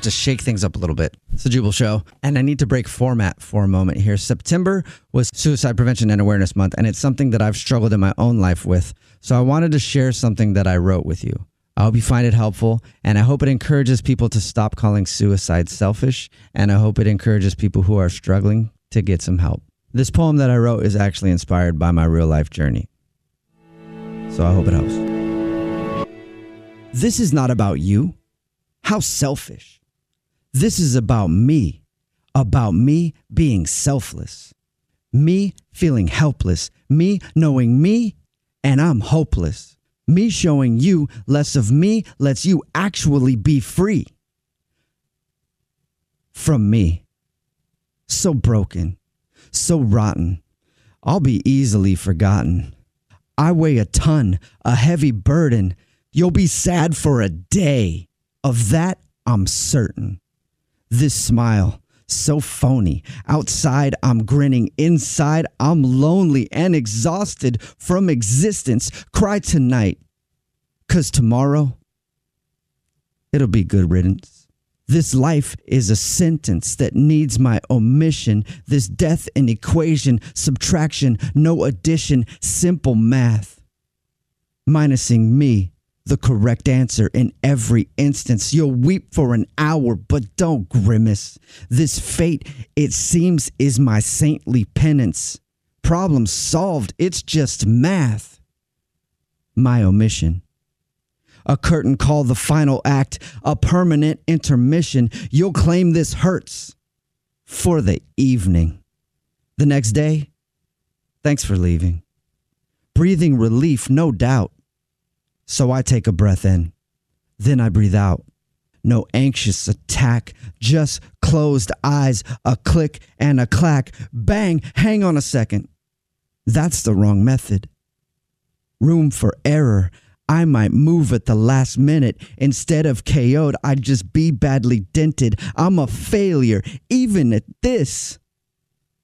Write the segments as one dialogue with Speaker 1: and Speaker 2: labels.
Speaker 1: to shake things up a little bit. It's the Jubal Show, and I need to break format for a moment here. September was Suicide Prevention and Awareness Month, and it's something that I've struggled in my own life with. So I wanted to share something that I wrote with you. I hope you find it helpful, and I hope it encourages people to stop calling suicide selfish, and I hope it encourages people who are struggling to get some help. This poem that I wrote is actually inspired by my real life journey. So I hope it helps. This is not about you. How selfish. This is about me, about me being selfless, me feeling helpless, me knowing me and I'm hopeless. Me showing you less of me lets you actually be free from me. So broken, so rotten, I'll be easily forgotten. I weigh a ton, a heavy burden. You'll be sad for a day. Of that, I'm certain this smile so phony outside i'm grinning inside i'm lonely and exhausted from existence cry tonight cause tomorrow it'll be good riddance this life is a sentence that needs my omission this death in equation subtraction no addition simple math minusing me the correct answer in every instance. You'll weep for an hour, but don't grimace. This fate, it seems, is my saintly penance. Problem solved, it's just math. My omission. A curtain call, the final act, a permanent intermission. You'll claim this hurts for the evening. The next day, thanks for leaving. Breathing relief, no doubt. So I take a breath in. Then I breathe out. No anxious attack, just closed eyes, a click and a clack. Bang, hang on a second. That's the wrong method. Room for error. I might move at the last minute. Instead of KO'd, I'd just be badly dented. I'm a failure, even at this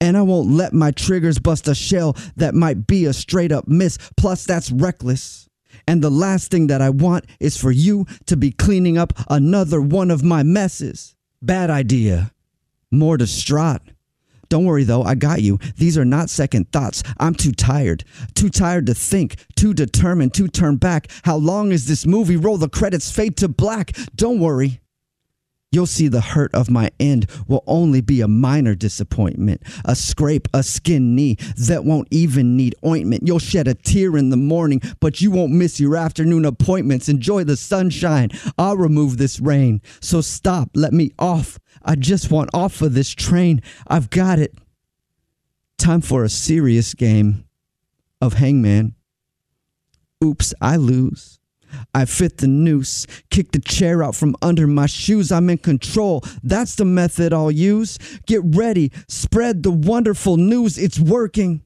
Speaker 1: and I won't let my triggers bust a shell that might be a straight up miss. Plus, that's reckless. And the last thing that I want is for you to be cleaning up another one of my messes. Bad idea. More distraught. Don't worry though, I got you. These are not second thoughts. I'm too tired. Too tired to think, too determined to turn back. How long is this movie? Roll the credits, fade to black. Don't worry. You'll see the hurt of my end will only be a minor disappointment, a scrape, a skin knee that won't even need ointment. You'll shed a tear in the morning, but you won't miss your afternoon appointments. Enjoy the sunshine. I'll remove this rain. So stop, let me off. I just want off of this train. I've got it. Time for a serious game of hangman. Oops, I lose. I fit the noose, kick the chair out from under my shoes. I'm in control. That's the method I'll use. Get ready, spread the wonderful news. It's working.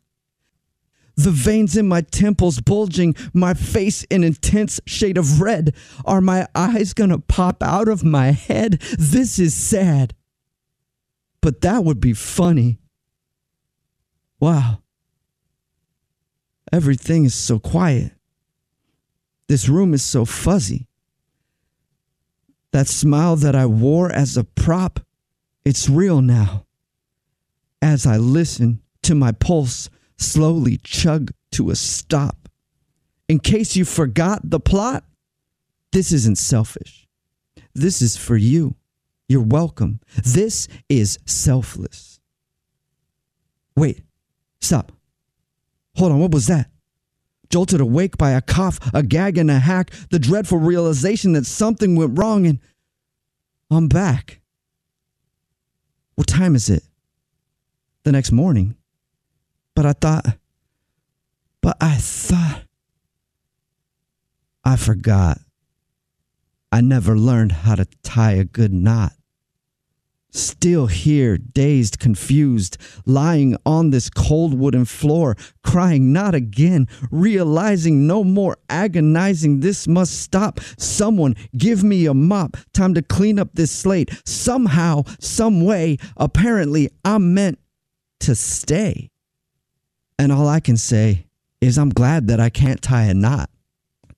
Speaker 1: The veins in my temples bulging, my face an intense shade of red. Are my eyes gonna pop out of my head? This is sad. But that would be funny. Wow. Everything is so quiet. This room is so fuzzy. That smile that I wore as a prop, it's real now. As I listen to my pulse slowly chug to a stop. In case you forgot the plot, this isn't selfish. This is for you. You're welcome. This is selfless. Wait, stop. Hold on, what was that? Jolted awake by a cough, a gag, and a hack, the dreadful realization that something went wrong, and I'm back. What time is it? The next morning. But I thought, but I thought, I forgot. I never learned how to tie a good knot. Still here, dazed, confused, lying on this cold wooden floor, crying not again, realizing no more agonizing. This must stop. Someone give me a mop. Time to clean up this slate. Somehow, some way, apparently I'm meant to stay. And all I can say is I'm glad that I can't tie a knot.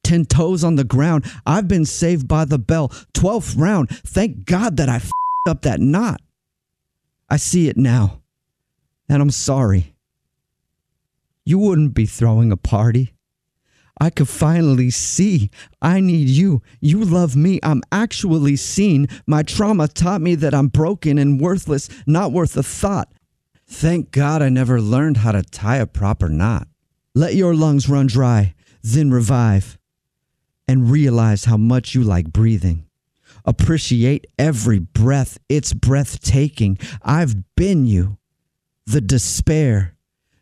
Speaker 1: 10 toes on the ground. I've been saved by the bell. 12th round. Thank God that I f- up that knot. I see it now. And I'm sorry. You wouldn't be throwing a party. I could finally see. I need you. You love me. I'm actually seen. My trauma taught me that I'm broken and worthless, not worth a thought. Thank God I never learned how to tie a proper knot. Let your lungs run dry, then revive and realize how much you like breathing. Appreciate every breath, it's breathtaking. I've been you. The despair,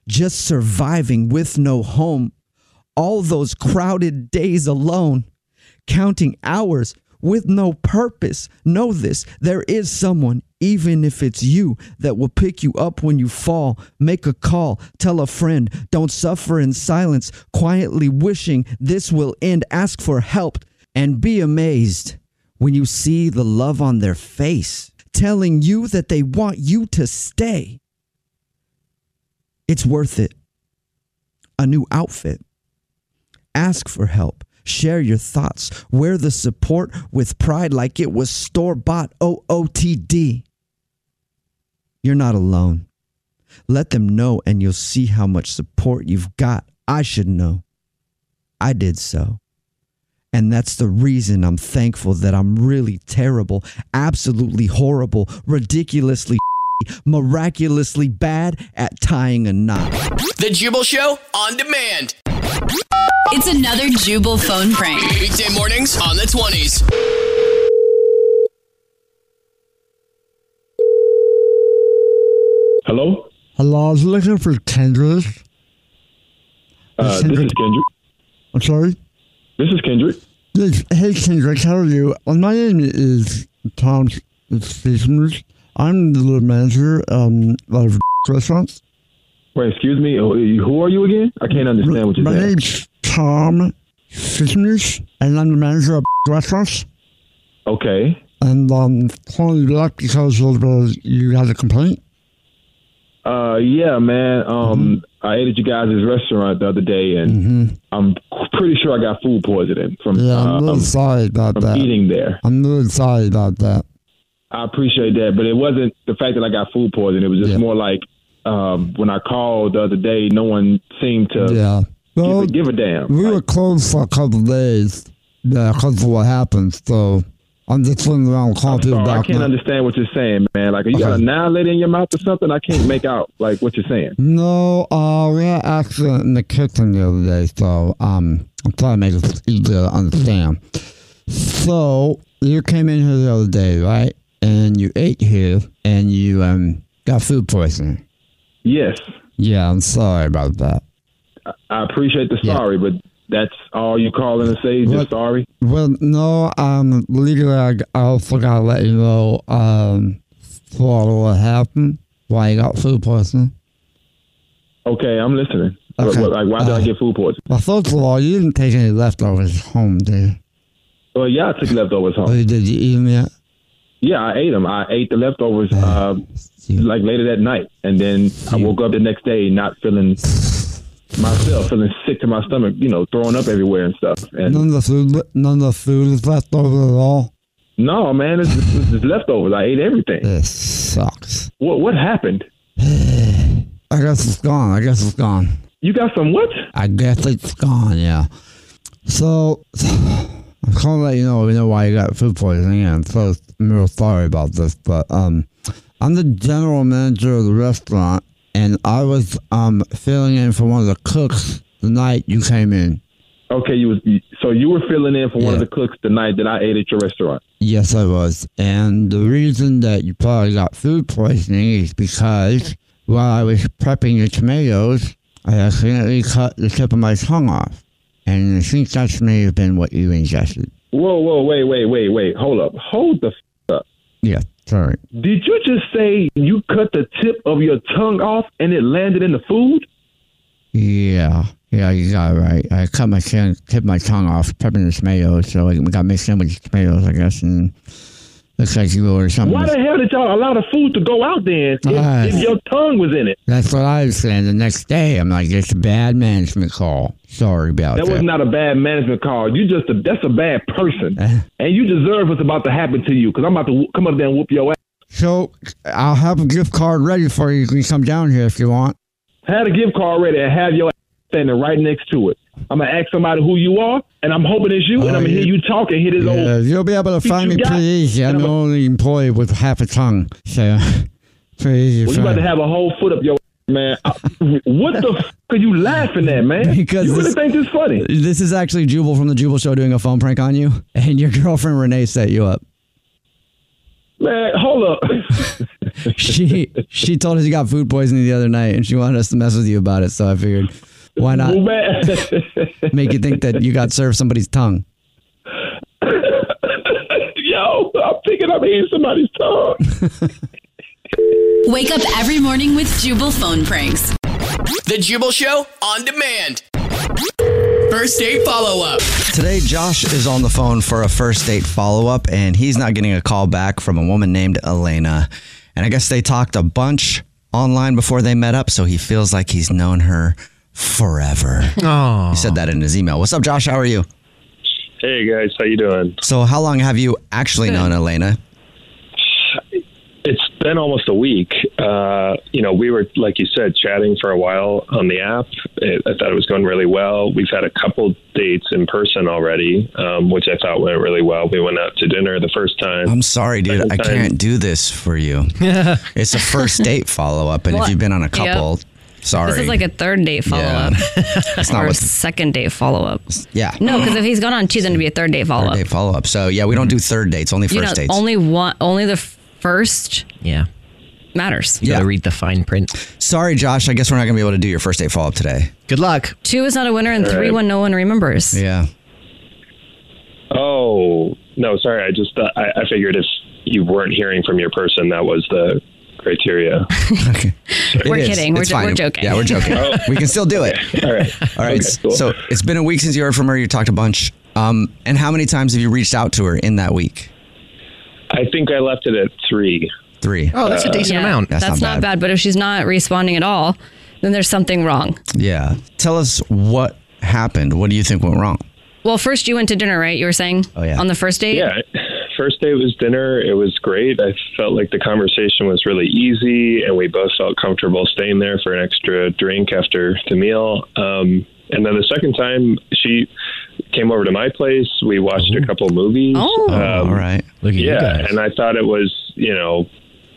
Speaker 1: just surviving with no home. All those crowded days alone, counting hours with no purpose. Know this there is someone, even if it's you, that will pick you up when you fall. Make a call, tell a friend, don't suffer in silence, quietly wishing this will end. Ask for help and be amazed when you see the love on their face, telling you that they want you to stay. It's worth it. A new outfit ask for help share your thoughts wear the support with pride like it was store bought ootd you're not alone let them know and you'll see how much support you've got i should know i did so and that's the reason I'm thankful that I'm really terrible, absolutely horrible, ridiculously, miraculously bad at tying a knot.
Speaker 2: The Jubal Show on demand.
Speaker 3: It's another Jubal phone prank.
Speaker 2: Weekday mornings on the 20s.
Speaker 4: Hello?
Speaker 1: Hello, I was looking for Kendrick.
Speaker 4: Uh, this is Kendrick.
Speaker 1: I'm sorry?
Speaker 4: This is Kendrick.
Speaker 1: Yes, hey Kendrick, how are you? Well, my name is Tom Stevens. I'm the manager um, of restaurants.
Speaker 4: Wait, excuse me. Oh, Who are you again? I can't understand what you're
Speaker 1: My
Speaker 4: saying.
Speaker 1: name's Tom Stevens, and I'm the manager of restaurants.
Speaker 4: Okay.
Speaker 1: And um, calling you up because of, uh, you had a complaint.
Speaker 4: Uh, yeah, man.
Speaker 1: Mm-hmm.
Speaker 4: Um, I ate at you guys' restaurant the other day, and I'm pretty sure I got food poisoning from
Speaker 1: Yeah, I'm
Speaker 4: uh,
Speaker 1: really
Speaker 4: um,
Speaker 1: sorry about
Speaker 4: from
Speaker 1: that.
Speaker 4: eating there.
Speaker 1: I'm really sorry about that.
Speaker 4: I appreciate that, but it wasn't the fact that I got food poisoning. It was just
Speaker 1: Yeah.
Speaker 4: more like um, when I called the other day, no one seemed to
Speaker 1: yeah.
Speaker 4: give,
Speaker 1: Well,
Speaker 4: a, give a damn.
Speaker 1: We
Speaker 4: Like,
Speaker 1: were closed for a couple of days yeah, because of what happened. So I'm just running around calling
Speaker 4: I'm
Speaker 1: people
Speaker 4: sorry, I
Speaker 1: back.
Speaker 4: can't
Speaker 1: now.
Speaker 4: understand what you're saying, man. Like, you got
Speaker 1: Okay.
Speaker 4: a annihilator in your mouth or something? I can't make out like what you're saying.
Speaker 1: No, uh, we had an accident in the kitchen the other day, so um, I'm trying to make it easier to understand. So you came in here the other day, right? And you ate here, and you um got food poisoning.
Speaker 4: Yes,
Speaker 1: Yeah, I'm sorry about that.
Speaker 4: I appreciate the
Speaker 1: Yeah.
Speaker 4: sorry, but that's all you calling to say? Just
Speaker 1: What-
Speaker 4: sorry?
Speaker 1: Well, no, um, legally, I, I also gotta let you know, um, for what happened, why you got food poisoning.
Speaker 4: Okay, I'm listening. What- what- like, why did I
Speaker 5: Uh,
Speaker 4: get food poisoning?
Speaker 5: Well, first of all, you didn't take any leftovers home, dude.
Speaker 4: Well, yeah, I took leftovers home.
Speaker 5: Did you eat them yet?
Speaker 4: Yeah, I ate them. I ate the leftovers uh, like later that night, and then I woke up the next day not feeling myself, feeling sick to my stomach. You know, throwing up everywhere and stuff. And
Speaker 5: None of the food, none of the food is left over at all.
Speaker 4: no, man, it's, it's, it's leftovers. I ate everything.
Speaker 5: This sucks.
Speaker 4: What what happened?
Speaker 5: I guess it's gone. I guess it's gone.
Speaker 4: You got some what?
Speaker 5: I guess it's gone. Yeah. So I'm calling to let you know. We know why you got food poisoning. And so I'm real sorry about this, but um, I'm the general manager of the restaurant, and I was um filling in for one of the cooks the night you came in.
Speaker 4: Okay, you was so you were filling in for one of the cooks the night that I ate at your restaurant.
Speaker 5: Yes, I was. And the reason that you probably got food poisoning is because while I was prepping the tomatoes, I accidentally cut the tip of my tongue off. And I think that may have been what you ingested.
Speaker 4: Whoa, whoa, wait, wait, wait, wait. Hold up, hold the f- up.
Speaker 5: Yeah, sorry.
Speaker 4: Did you just say you cut the tip of your tongue off and it landed in the food?
Speaker 5: Yeah, yeah, you got it right. I cut my chin, tip my tongue off prepping the tomatoes, so it got mixed in with the tomatoes, I guess. And looks like you ordered something.
Speaker 4: Why the hell did y'all allow the food to go out then if,
Speaker 5: Ah.
Speaker 4: if your tongue was in it?
Speaker 5: That's what I was saying the next day. I'm like, it's a bad management call. Sorry about
Speaker 4: That
Speaker 5: that.
Speaker 4: was not a bad management call. You just a, that's a bad person, and you deserve what's about to happen to you because I'm about to whoop- come up there and whoop your ass.
Speaker 5: So I'll have a gift card ready for you. You can come down here if you want.
Speaker 4: Had a gift card ready and have your ass standing right next to it. I'm gonna ask somebody who you are, and I'm hoping it's you, and I'm gonna hear you talk and hit his old.
Speaker 5: Yeah, you'll be able to
Speaker 4: speech
Speaker 5: find
Speaker 4: you
Speaker 5: me
Speaker 4: got.
Speaker 5: pretty easy. I'm the only employee with half a tongue, so pretty easy.
Speaker 4: Well,
Speaker 5: to
Speaker 4: you about
Speaker 5: find.
Speaker 4: to have a whole foot up your ass, man. I- what the f- are you laughing at, man?
Speaker 1: Because
Speaker 4: you really
Speaker 1: this-
Speaker 4: think this funny?
Speaker 1: This is actually Jubal from the Jubal Show doing a phone prank on you, and your girlfriend Renee set you up.
Speaker 4: Man, hold up.
Speaker 1: She she told us you got food poisoning the other night, and she wanted us to mess with you about it. So I figured, why not
Speaker 4: Well, man.
Speaker 1: make you think that you got served somebody's tongue?
Speaker 4: Yo, I'm thinking I'm eating somebody's tongue.
Speaker 6: Wake up every morning with Jubal phone pranks.
Speaker 2: The Jubal Show on demand. First date follow up.
Speaker 1: Today, Josh is on the phone for a first date follow up, and he's not getting a call back from a woman named Elena. And I guess they talked a bunch online before they met up, so he feels like he's known her forever. He said that in his email. What's up, Josh? How are you?
Speaker 7: Hey guys, how you doing?
Speaker 1: So, how long have you actually known Elena?
Speaker 7: It's been almost a week. Uh, you know, we were like you said, chatting for a while on the app. It, I thought it was going really well. We've had a couple dates in person already, um, which I thought went really well. We went out to dinner the first time.
Speaker 1: I'm sorry, dude.
Speaker 7: Second
Speaker 1: I
Speaker 7: time-
Speaker 1: can't do this for you. it's a first date follow up, and if
Speaker 8: What?
Speaker 1: you've been on a
Speaker 8: Yep.
Speaker 1: couple, sorry.
Speaker 8: This is like a third date follow up.
Speaker 1: It's not
Speaker 8: or a
Speaker 1: what-
Speaker 8: second date follow up.
Speaker 1: yeah.
Speaker 8: No, because if he's gone on two, then it'd be a third date follow
Speaker 1: Third
Speaker 8: up.
Speaker 1: date follow up. So yeah, we don't do third dates, only first
Speaker 8: You know,
Speaker 1: dates.
Speaker 8: only one, only the f- first
Speaker 1: yeah.
Speaker 8: matters.
Speaker 1: You gotta read the fine print. Sorry, Josh. I guess we're not gonna be able to do your first date follow up today. Good luck.
Speaker 8: Two is not a winner, and
Speaker 7: All
Speaker 8: three
Speaker 7: right.
Speaker 8: one no one remembers.
Speaker 1: Yeah.
Speaker 7: Oh no, sorry. I just thought, I, I figured if you weren't hearing from your person, that was the criteria.
Speaker 8: We're
Speaker 1: It is.
Speaker 8: kidding. We're
Speaker 1: It's
Speaker 8: jo-
Speaker 1: fine.
Speaker 8: we're joking.
Speaker 1: Yeah, we're joking.
Speaker 8: Oh.
Speaker 1: We can still do it.
Speaker 7: All right.
Speaker 1: All right.
Speaker 7: Okay, cool.
Speaker 1: So it's been a week since you heard from her. You talked a bunch. Um, and how many times have you reached out to her in that week?
Speaker 7: I think I left it at three.
Speaker 1: Three.
Speaker 7: Oh, Uh,
Speaker 8: Yeah, That's, not, bad. But if she's not responding at all, then there's something wrong.
Speaker 1: Yeah. Tell us what happened. What do you think went wrong?
Speaker 8: Well, first you went to dinner, right? You were saying
Speaker 1: Oh, yeah.
Speaker 8: on the first date.
Speaker 7: Yeah. First day was dinner. It was great. I felt like the conversation was really easy, and we both felt comfortable staying there for an extra drink after the meal. Um, and then the second time, she came over to my place. We watched a couple movies.
Speaker 8: Oh,
Speaker 7: um,
Speaker 1: Mm-hmm. all right.
Speaker 7: Look
Speaker 1: at you
Speaker 7: yeah,
Speaker 1: guys.
Speaker 7: and I thought it was, you know,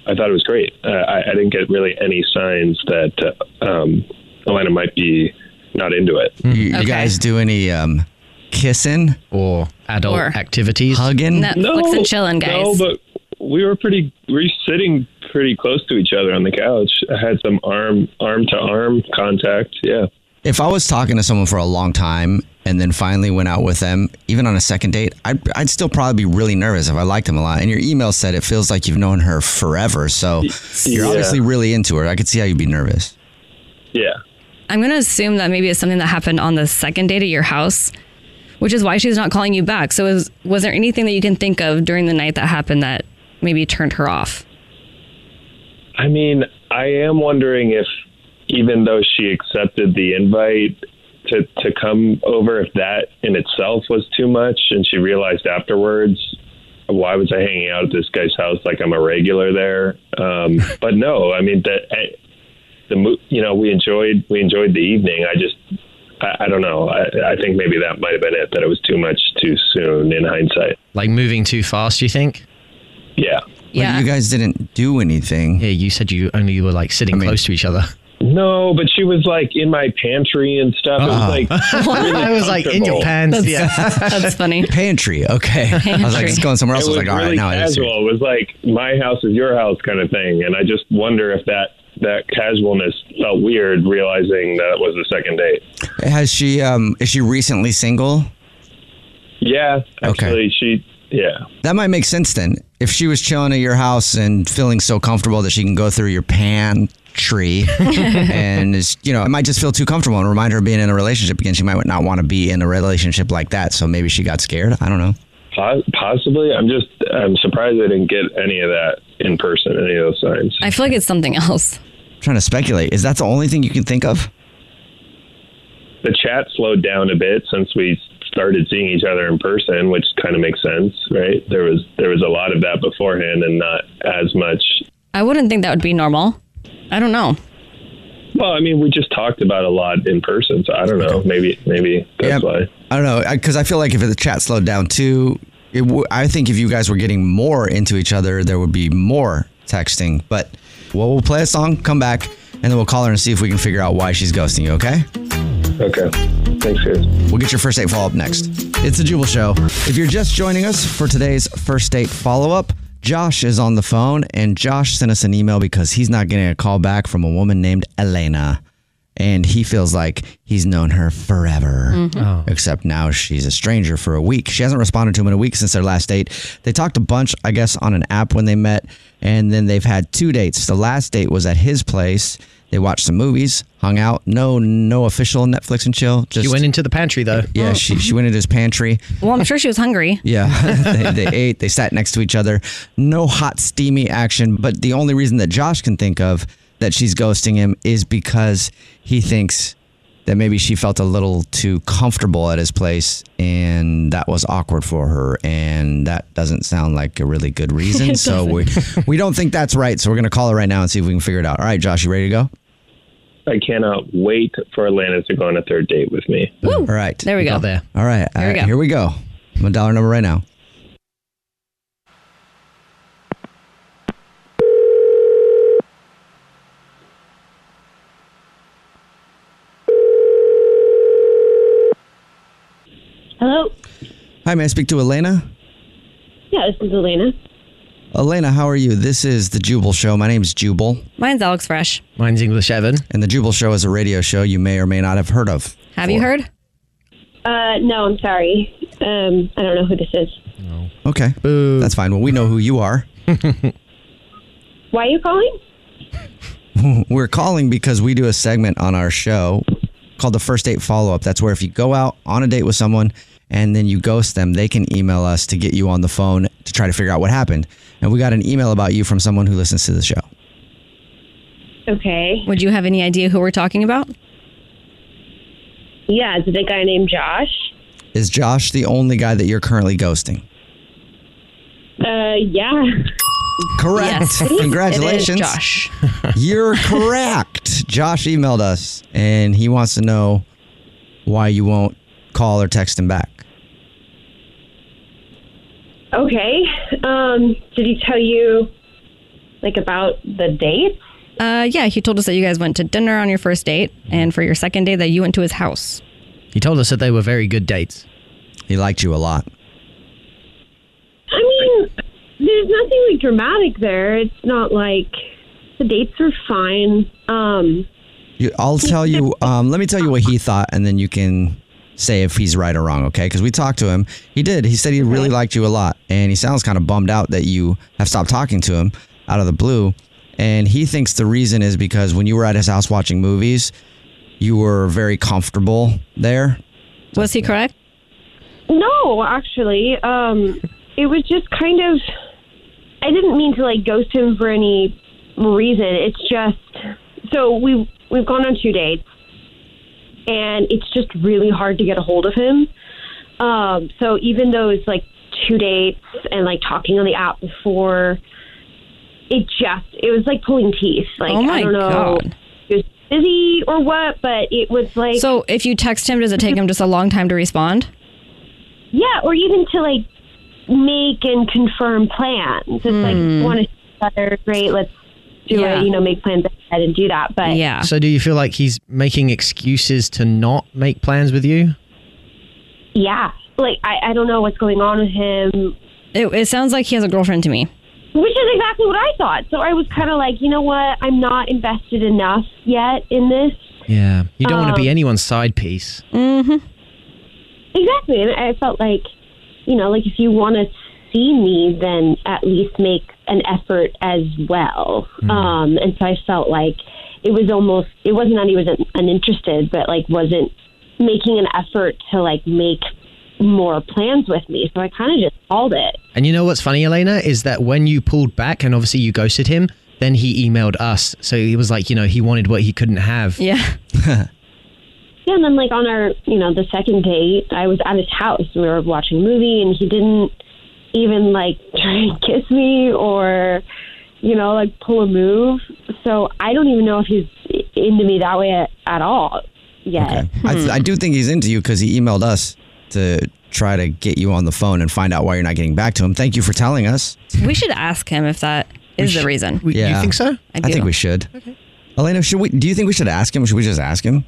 Speaker 7: I thought it was great. Uh, I, I didn't get really any signs that uh, um, Elena might be not into it.
Speaker 1: You, you guys do any um, kissing or adult
Speaker 8: Or-
Speaker 1: activities? Hugging?
Speaker 8: Netflix and chilling, guys.
Speaker 7: No, but we were pretty. We were sitting pretty close to each other on the couch. I had some arm arm to arm contact. Yeah.
Speaker 1: If I was talking to someone for a long time and then finally went out with them, even on a second date, I'd, I'd still probably be really nervous if I liked them a lot. And your email said it feels like you've known her forever. So you're
Speaker 7: yeah.
Speaker 1: obviously really into her. I could see how you'd be nervous.
Speaker 7: Yeah.
Speaker 8: I'm going to assume that maybe it's something that happened on the second date at your house, which is why she's not calling you back. So, is, was there anything that you can think of during the night that happened that maybe turned her off?
Speaker 7: I mean, I am wondering if, even though she accepted the invite to to come over, if that in itself was too much, and she realized afterwards, why was I hanging out at this guy's house? Like I'm a regular there. Um, but no, I mean that I, the mo- you know we enjoyed we enjoyed the evening. I just I, I don't know. I, I think maybe that might have been it. That it was too much too soon in hindsight.
Speaker 9: Like moving too fast, you think?
Speaker 7: Yeah.
Speaker 1: But you guys didn't do anything.
Speaker 9: Yeah, you said you only were like sitting close to each other.
Speaker 7: No, but she was like in my pantry and stuff.
Speaker 1: Uh-huh.
Speaker 7: It was like really
Speaker 9: I was like in your
Speaker 7: comfortable.
Speaker 9: pants. yeah.
Speaker 8: That's funny.
Speaker 1: Pantry. Okay. I was like, it's going somewhere else.
Speaker 7: It
Speaker 1: I was like, all right,
Speaker 7: really
Speaker 1: now it is.
Speaker 7: casual. It was like my house is your house kind of thing, and I just wonder if that that casualness felt weird, realizing that it was the second date.
Speaker 1: Has she? Um, is she recently single?
Speaker 7: Yeah, actually, she yeah.
Speaker 1: That might make sense then. If she was chilling at your house and feeling so comfortable that she can go through your pantry and is, you know, it might just feel too comfortable and remind her of being in a relationship again. She might not want to be in a relationship like that. So maybe she got scared. I don't know.
Speaker 7: Po- possibly, I'm just I'm surprised I didn't get any of that in person. Any of those signs.
Speaker 8: I feel like it's something else.
Speaker 1: trying to speculate. Is that the only thing you can think of?
Speaker 7: The chat slowed down a bit since we started seeing each other in person, which kind of makes sense, right? There was there was a lot of that beforehand, and not as much.
Speaker 8: I wouldn't think that would be normal. I don't know.
Speaker 7: Well, I mean, we just talked about a lot in person, so I don't know. Maybe maybe that's why.
Speaker 1: I don't know. Because I, feel like if the chat slowed down too, it w- I think if you guys were getting more into each other, there would be more texting. But well, we'll play a song, come back, and then we'll call her and see if we can figure out why she's ghosting you, okay?
Speaker 7: Okay. Thanks, guys.
Speaker 1: We'll get your first date follow up next. It's a Jubal Show. If you're just joining us for today's first date follow up, Josh is on the phone, and Josh sent us an email because he's not getting a call back from a woman named Elena. And he feels like he's known her forever,
Speaker 10: Mhm. Oh.
Speaker 1: except now she's a stranger for a week. She hasn't responded to him in a week since their last date. They talked a bunch, I guess, on an app when they met, and then they've had two dates. The last date was at his place. They watched some movies, hung out. No, no official Netflix and chill. Just
Speaker 9: went into the pantry though.
Speaker 1: Yeah, she she went into his pantry.
Speaker 8: Well, I'm sure she was hungry.
Speaker 1: Yeah, they, they ate, they sat next to each other. No hot, steamy action. But the only reason that Josh can think of that she's ghosting him is because he thinks that maybe she felt a little too comfortable at his place and that was awkward for her. And that doesn't sound like a really good reason.
Speaker 10: It
Speaker 1: so
Speaker 10: doesn't.
Speaker 1: we, we don't think that's right. So we're going to call her right now and see if we can figure it out. All right, Josh, you ready to go?
Speaker 7: I cannot wait for Atlanta to go on a third date with me.
Speaker 1: All right.
Speaker 8: There we go.
Speaker 9: There.
Speaker 1: All right. All
Speaker 8: Here
Speaker 1: right.
Speaker 8: we go.
Speaker 1: Here we go. I'm a dollar number right now.
Speaker 11: Hello.
Speaker 1: Hi, may I speak to Elena?
Speaker 11: Yeah, this is Elena.
Speaker 1: Elena, how are you? This is the Jubal Show. My name's Jubal.
Speaker 8: Mine's Alex Fresh.
Speaker 1: Mine's English Evan. And the Jubal Show is a radio show you may or may not have heard of.
Speaker 8: Have you heard?
Speaker 11: Uh, no, I'm sorry. Um, I don't know who this is.
Speaker 1: Okay. That's fine. Well, we know who you are.
Speaker 11: Why are you calling?
Speaker 1: We're calling because we do a segment on our show called the First Date Follow Up. That's where if you go out on a date with someone and then you ghost them, they can email us to get you on the phone to try to figure out what happened. And we got an email about you from someone who listens to the show.
Speaker 11: Okay.
Speaker 8: Would you have any idea who we're talking about?
Speaker 11: Yeah, is it a guy named Josh?
Speaker 1: Is Josh the only guy that you're currently ghosting?
Speaker 11: Uh, yeah.
Speaker 1: Correct.
Speaker 11: Yes. It is
Speaker 1: Congratulations.
Speaker 11: Josh.
Speaker 1: You're correct. Josh emailed us and he wants to know why you won't call or text him back.
Speaker 11: Okay. Um, did he tell you, like, about the date?
Speaker 8: Uh, yeah, he told us that you guys went to dinner on your first date, and for your second day, that you went to his house.
Speaker 9: He told us that they were very good dates.
Speaker 1: He liked you a lot.
Speaker 11: I mean, there's nothing, like, dramatic there. It's not like the dates were fine. Um,
Speaker 1: You, I'll tell you, um, let me tell you what he thought and then you can say if he's right or wrong, okay? Because we talked to him. He did. He said he really liked you a lot and he sounds kind of bummed out that you have stopped talking to him out of the blue. And he thinks the reason is because when you were at his house watching movies, you were very comfortable there.
Speaker 8: Was he correct?
Speaker 11: No, actually, um, it was just kind of. I didn't mean to like ghost him for any reason. It's just so we we've gone on two dates, and it's just really hard to get a hold of him. Um, so even though it's like two dates and like talking on the app before, it just it was like pulling teeth. Like
Speaker 8: Oh my
Speaker 11: I don't know,
Speaker 8: God.
Speaker 11: he was busy or what, but it was like Mhm.
Speaker 8: So if you text him, does it take him just a long time to respond?
Speaker 11: Yeah, or even to like make and confirm plans. It's
Speaker 9: Hmm.
Speaker 11: like want to see each other, great, let's do
Speaker 9: Yeah.
Speaker 11: it. You know, make plans ahead and do that. But
Speaker 9: So do you feel like he's making excuses to not make plans with you?
Speaker 11: yeah, like I, I don't know what's going on with him.
Speaker 8: It, it sounds like he has a girlfriend to me.
Speaker 11: Which is exactly what I thought. So I was kind of like, you know what? I'm not invested enough yet in this.
Speaker 9: Yeah. You don't want to be
Speaker 11: Um,
Speaker 9: anyone's side piece.
Speaker 11: Mm-hmm. Exactly. And I felt like, you know, like if you want to see me, then at least make an effort as well. Um, and so I felt like it was almost, it wasn't that he was un- uninterested, but like wasn't making an effort to like make more plans with me. So I kind of just called it.
Speaker 9: And you know what's funny, Elena, is that when you pulled back and obviously you ghosted him, then he emailed us. So he was like, you know, he wanted what he couldn't have.
Speaker 8: Yeah.
Speaker 11: Yeah, and then like on our, you know, the second date, I was at his house. We were watching a movie, and he didn't even like try and kiss me or, you know, like pull a move. So I don't even know if he's into me that way at, at all yet. Hmm.
Speaker 1: I, I do think he's into you because he emailed us to try to get you on the phone and find out why you're not getting back to him. Thank you for telling us.
Speaker 8: We should ask him if that
Speaker 1: We
Speaker 8: is
Speaker 1: sh-
Speaker 8: the reason.
Speaker 1: Yeah. I,
Speaker 8: do.
Speaker 1: think we should. Elena, should we? Do you think we should ask him? Should we just ask him?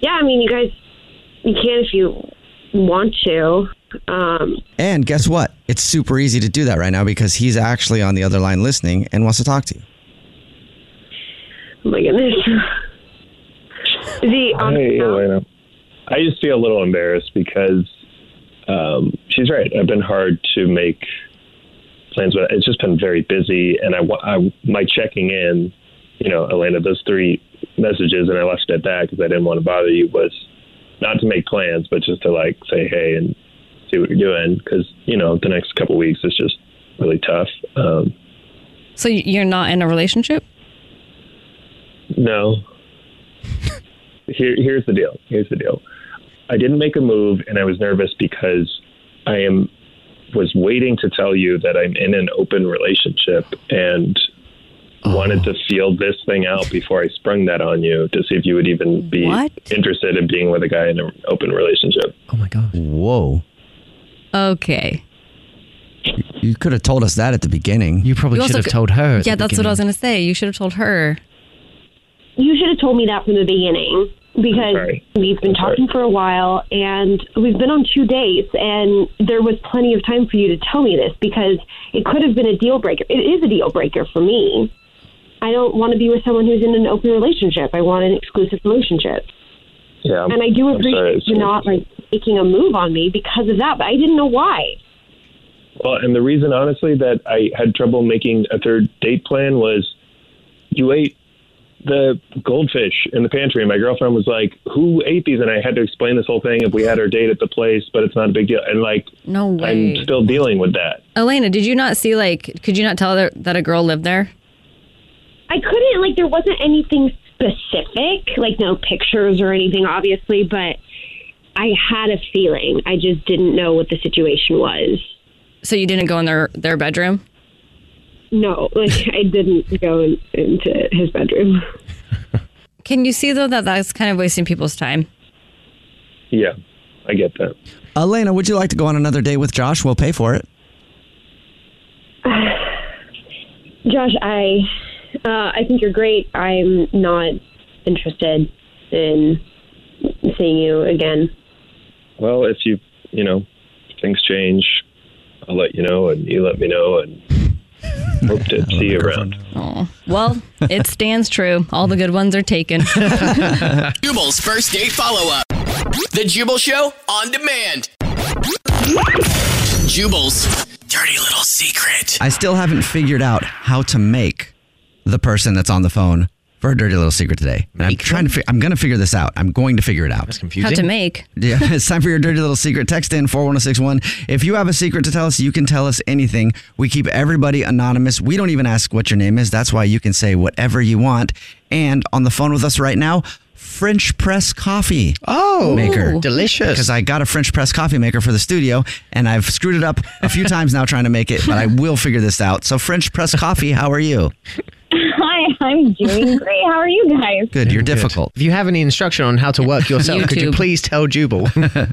Speaker 11: Yeah, I mean, you guys, you can if you want to. Um,
Speaker 1: And guess what? It's super easy to do that right now because he's actually on the other line listening and wants to talk to you.
Speaker 11: oh my goodness. Is he on?
Speaker 7: Hey, Elena. I just feel a little embarrassed because um, she's right. I've been hard to make plans, but it's just been very busy. And I, wa- I my checking in, you know, Elena, those three messages, and I left it at that because I didn't want to bother you. Was not to make plans, but just to like say hey and see what you're doing because you know the next couple weeks is just really tough. Um,
Speaker 8: So y- you're not in a relationship?
Speaker 7: No. Here, here's the deal. Here's the deal. I didn't make a move, and I was nervous because I am was waiting to tell you that I'm in an open relationship and wanted to feel this thing out before I sprung that on you to see if you would even be
Speaker 8: What?
Speaker 7: interested in being with a guy in an open relationship.
Speaker 1: Whoa.
Speaker 8: Okay.
Speaker 1: You could have told us that at the beginning.
Speaker 9: You probably
Speaker 8: You also c- Yeah, that's what I was
Speaker 1: gonna
Speaker 8: going to say. You should have told her.
Speaker 11: you should have told me that from the beginning because we've been talking for a while and we've been on two dates and there was plenty of time for you to tell me this because it could have been a deal breaker. It is a deal breaker for me. I don't want to be with someone who's in an open relationship. I want an exclusive relationship.
Speaker 7: Yeah, I'm-
Speaker 11: and I do
Speaker 7: I'm sorry,
Speaker 11: appreciate
Speaker 7: it's-
Speaker 11: you not like making a move on me because of that, but I didn't know why.
Speaker 7: Well, and the reason, honestly, that I had trouble making a third date plan was you ate the goldfish in the pantry. And my girlfriend was like, Who ate these? And I had to explain this whole thing if we had our date at the place, but it's not a big deal. And like,
Speaker 8: No way.
Speaker 7: I'm still dealing with that.
Speaker 8: Elena, did you not see, like, could you not tell that, that a girl lived there?
Speaker 11: I couldn't like there wasn't anything specific, like no pictures or anything obviously, but I had a feeling. I just didn't know what the situation was.
Speaker 8: So you didn't go in their, their bedroom?
Speaker 11: No, like I didn't go in, into his bedroom.
Speaker 8: Can you see, though, that that's kind of wasting people's time?
Speaker 7: Yeah, I get that.
Speaker 1: Elena, would you like to go on another date with Josh? We'll pay for it.
Speaker 11: Josh, I uh, I think you're great. I'm not interested in seeing you again.
Speaker 7: Well, if you, you know, things change, I'll let you know and you let me know and hope to see you around.
Speaker 8: Oh. Well, it stands true. All the good ones are taken.
Speaker 2: Jubal's first date follow up. The Jubal Show on demand. Jubal's dirty little secret.
Speaker 1: I still haven't figured out how to make the person that's on the phone for a dirty little secret today. And I'm trying to. Fi- I'm going to figure this out. I'm going to figure it out. That's
Speaker 8: How
Speaker 1: confusing.
Speaker 8: to make.
Speaker 1: Yeah, it's time for your dirty little secret. Text in 41061. If you have a secret to tell us, you can tell us anything. We keep everybody anonymous. We don't even ask what your name is. That's why you can say whatever you want. And on the phone with us right now, French press coffee oh, maker. Delicious. Because I got a French press coffee maker for the studio and I've screwed it up a few times now trying to make it, but I will figure this out. So, French press coffee, how are you?
Speaker 10: Hi, I'm doing great. How are you guys?
Speaker 1: Good. You're difficult.
Speaker 9: If you have any instruction on how to work yourself, could you
Speaker 10: YouTube.
Speaker 9: please tell Jubal?
Speaker 10: I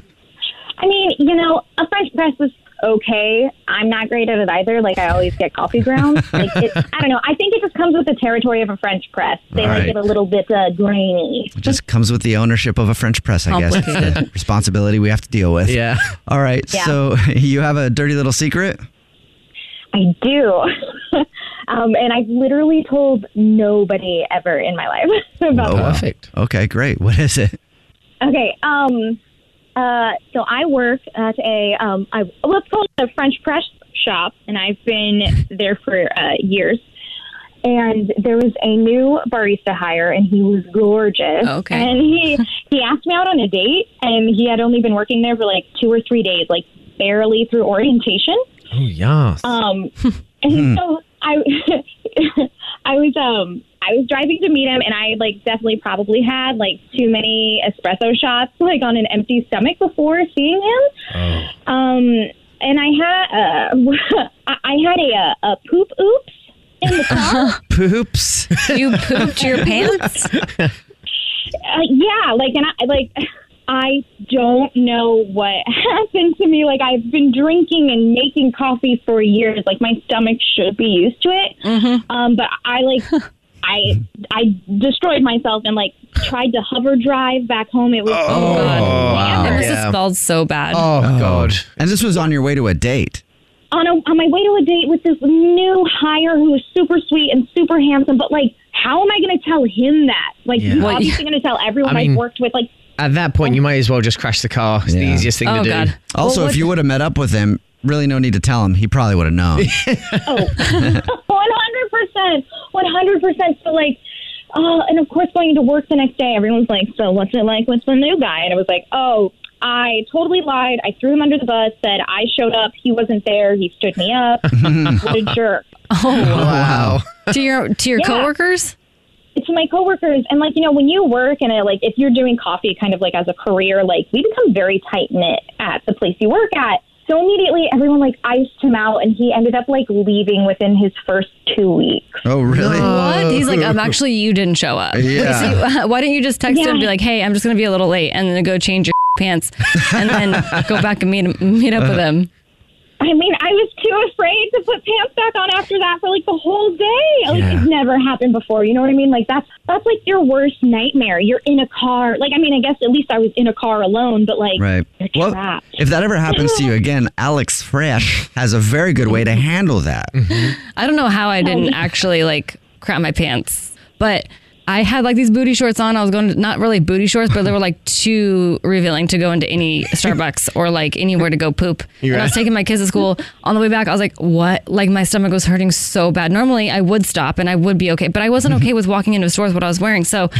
Speaker 10: mean, you know, a French press is okay. I'm not great at it either. Like, I always get coffee grounds. Like, it, I don't know. I think it just comes with the territory of a French press. They
Speaker 1: Right.
Speaker 10: like it a little bit uh, grainy.
Speaker 1: It just comes with the ownership of a French press, I guess. It's the
Speaker 10: Complicated.
Speaker 1: responsibility we have to deal with. Yeah. All right.
Speaker 10: Yeah.
Speaker 1: So you have a dirty little secret?
Speaker 10: I do. um, and I've literally told nobody ever in my life about
Speaker 1: Oh, wow.
Speaker 10: this.
Speaker 1: Okay, great. What is it?
Speaker 10: Okay. Um. Uh. So I work at a um. I let's call it a French press shop, and I've been there for uh, years. And there was a new barista hire, and he was gorgeous.
Speaker 12: Okay.
Speaker 10: And he he asked me out on a date, and he had only been working there for like two or three days, like barely through orientation.
Speaker 9: oh, yeah.
Speaker 10: Um, and so I, I was um, I was driving to meet him, and I like definitely probably had like too many espresso shots like on an empty stomach before seeing him. Um, and I had uh, I- I had a, a a poop oops in the car.
Speaker 1: Poops.
Speaker 10: you pooped
Speaker 8: your pants?
Speaker 10: uh, yeah, like and I like I don't know what happened to me. Like I've been drinking and making coffee for years. Like my stomach should be used to it.
Speaker 9: Mm-hmm.
Speaker 10: Um, but I like I I destroyed myself and like tried to hover drive back home. It was
Speaker 8: Oh, God.
Speaker 1: wow.
Speaker 8: It must
Speaker 1: Yeah.
Speaker 8: have smelled so bad.
Speaker 9: Oh,
Speaker 1: God. Oh. And this was on your way to a date.
Speaker 10: on a, on my way to a date with this new hire who is super sweet and super handsome. But like, how am I going to tell him that? Like,
Speaker 9: Yeah.
Speaker 10: he's
Speaker 9: Well,
Speaker 10: obviously going to tell
Speaker 9: I
Speaker 10: everyone I
Speaker 9: mean-
Speaker 10: have worked with. Like,
Speaker 9: At that point, you might as well just crash the car. It's the easiest
Speaker 8: Oh,
Speaker 9: thing to do.
Speaker 1: Also, if you would have met up with him, really no need to tell him. He probably would have known.
Speaker 9: Oh.
Speaker 10: One hundred percent. One hundred percent. So like, uh, and of course, going into work the next day, everyone's like, "So what's it like with the new guy?" And I was like, "Oh, I totally lied. I threw him under the bus. Said I showed up. He wasn't there. He stood me up. what a jerk."
Speaker 8: Oh
Speaker 9: wow.
Speaker 8: to your to your
Speaker 10: Yeah.
Speaker 8: coworkers?
Speaker 10: to my coworkers and like you know when you work and uh, like if you're doing coffee kind of like as a career like we become very tight knit at the place you work at so immediately everyone like iced him out and he ended up like leaving within his first two weeks
Speaker 1: Oh, really?
Speaker 8: What? He's like, um, actually, you didn't show up.
Speaker 1: Yeah.
Speaker 8: So, why didn't you just text him and be
Speaker 10: Yeah.
Speaker 8: like, hey, I'm just going to be a little late and then go change your pants and then go back and meet, meet up with him?
Speaker 10: i mean i was too afraid to put pants back on after that for like the whole day like
Speaker 8: Yeah.
Speaker 10: it's never happened before you know what i mean like that's that's like your worst nightmare you're in a car like i mean i guess at least i was in a car alone but like
Speaker 1: Right.
Speaker 10: you're
Speaker 1: Well,
Speaker 10: trapped.
Speaker 1: if that ever happens to you again, Alex Fresh has a very good way to handle that.
Speaker 9: Mm-hmm.
Speaker 8: I don't know how I didn't actually like crap my pants, but I had like these booty shorts on. I was going to, not really booty shorts, but they were like too revealing to go into any Starbucks or like anywhere to go poop.
Speaker 12: You're
Speaker 8: and I was
Speaker 12: right.
Speaker 8: taking my kids to school on the way back. I was like, what? Like my stomach was hurting so bad. Normally I would stop and I would be okay, but I wasn't okay with walking into stores what I was wearing. So.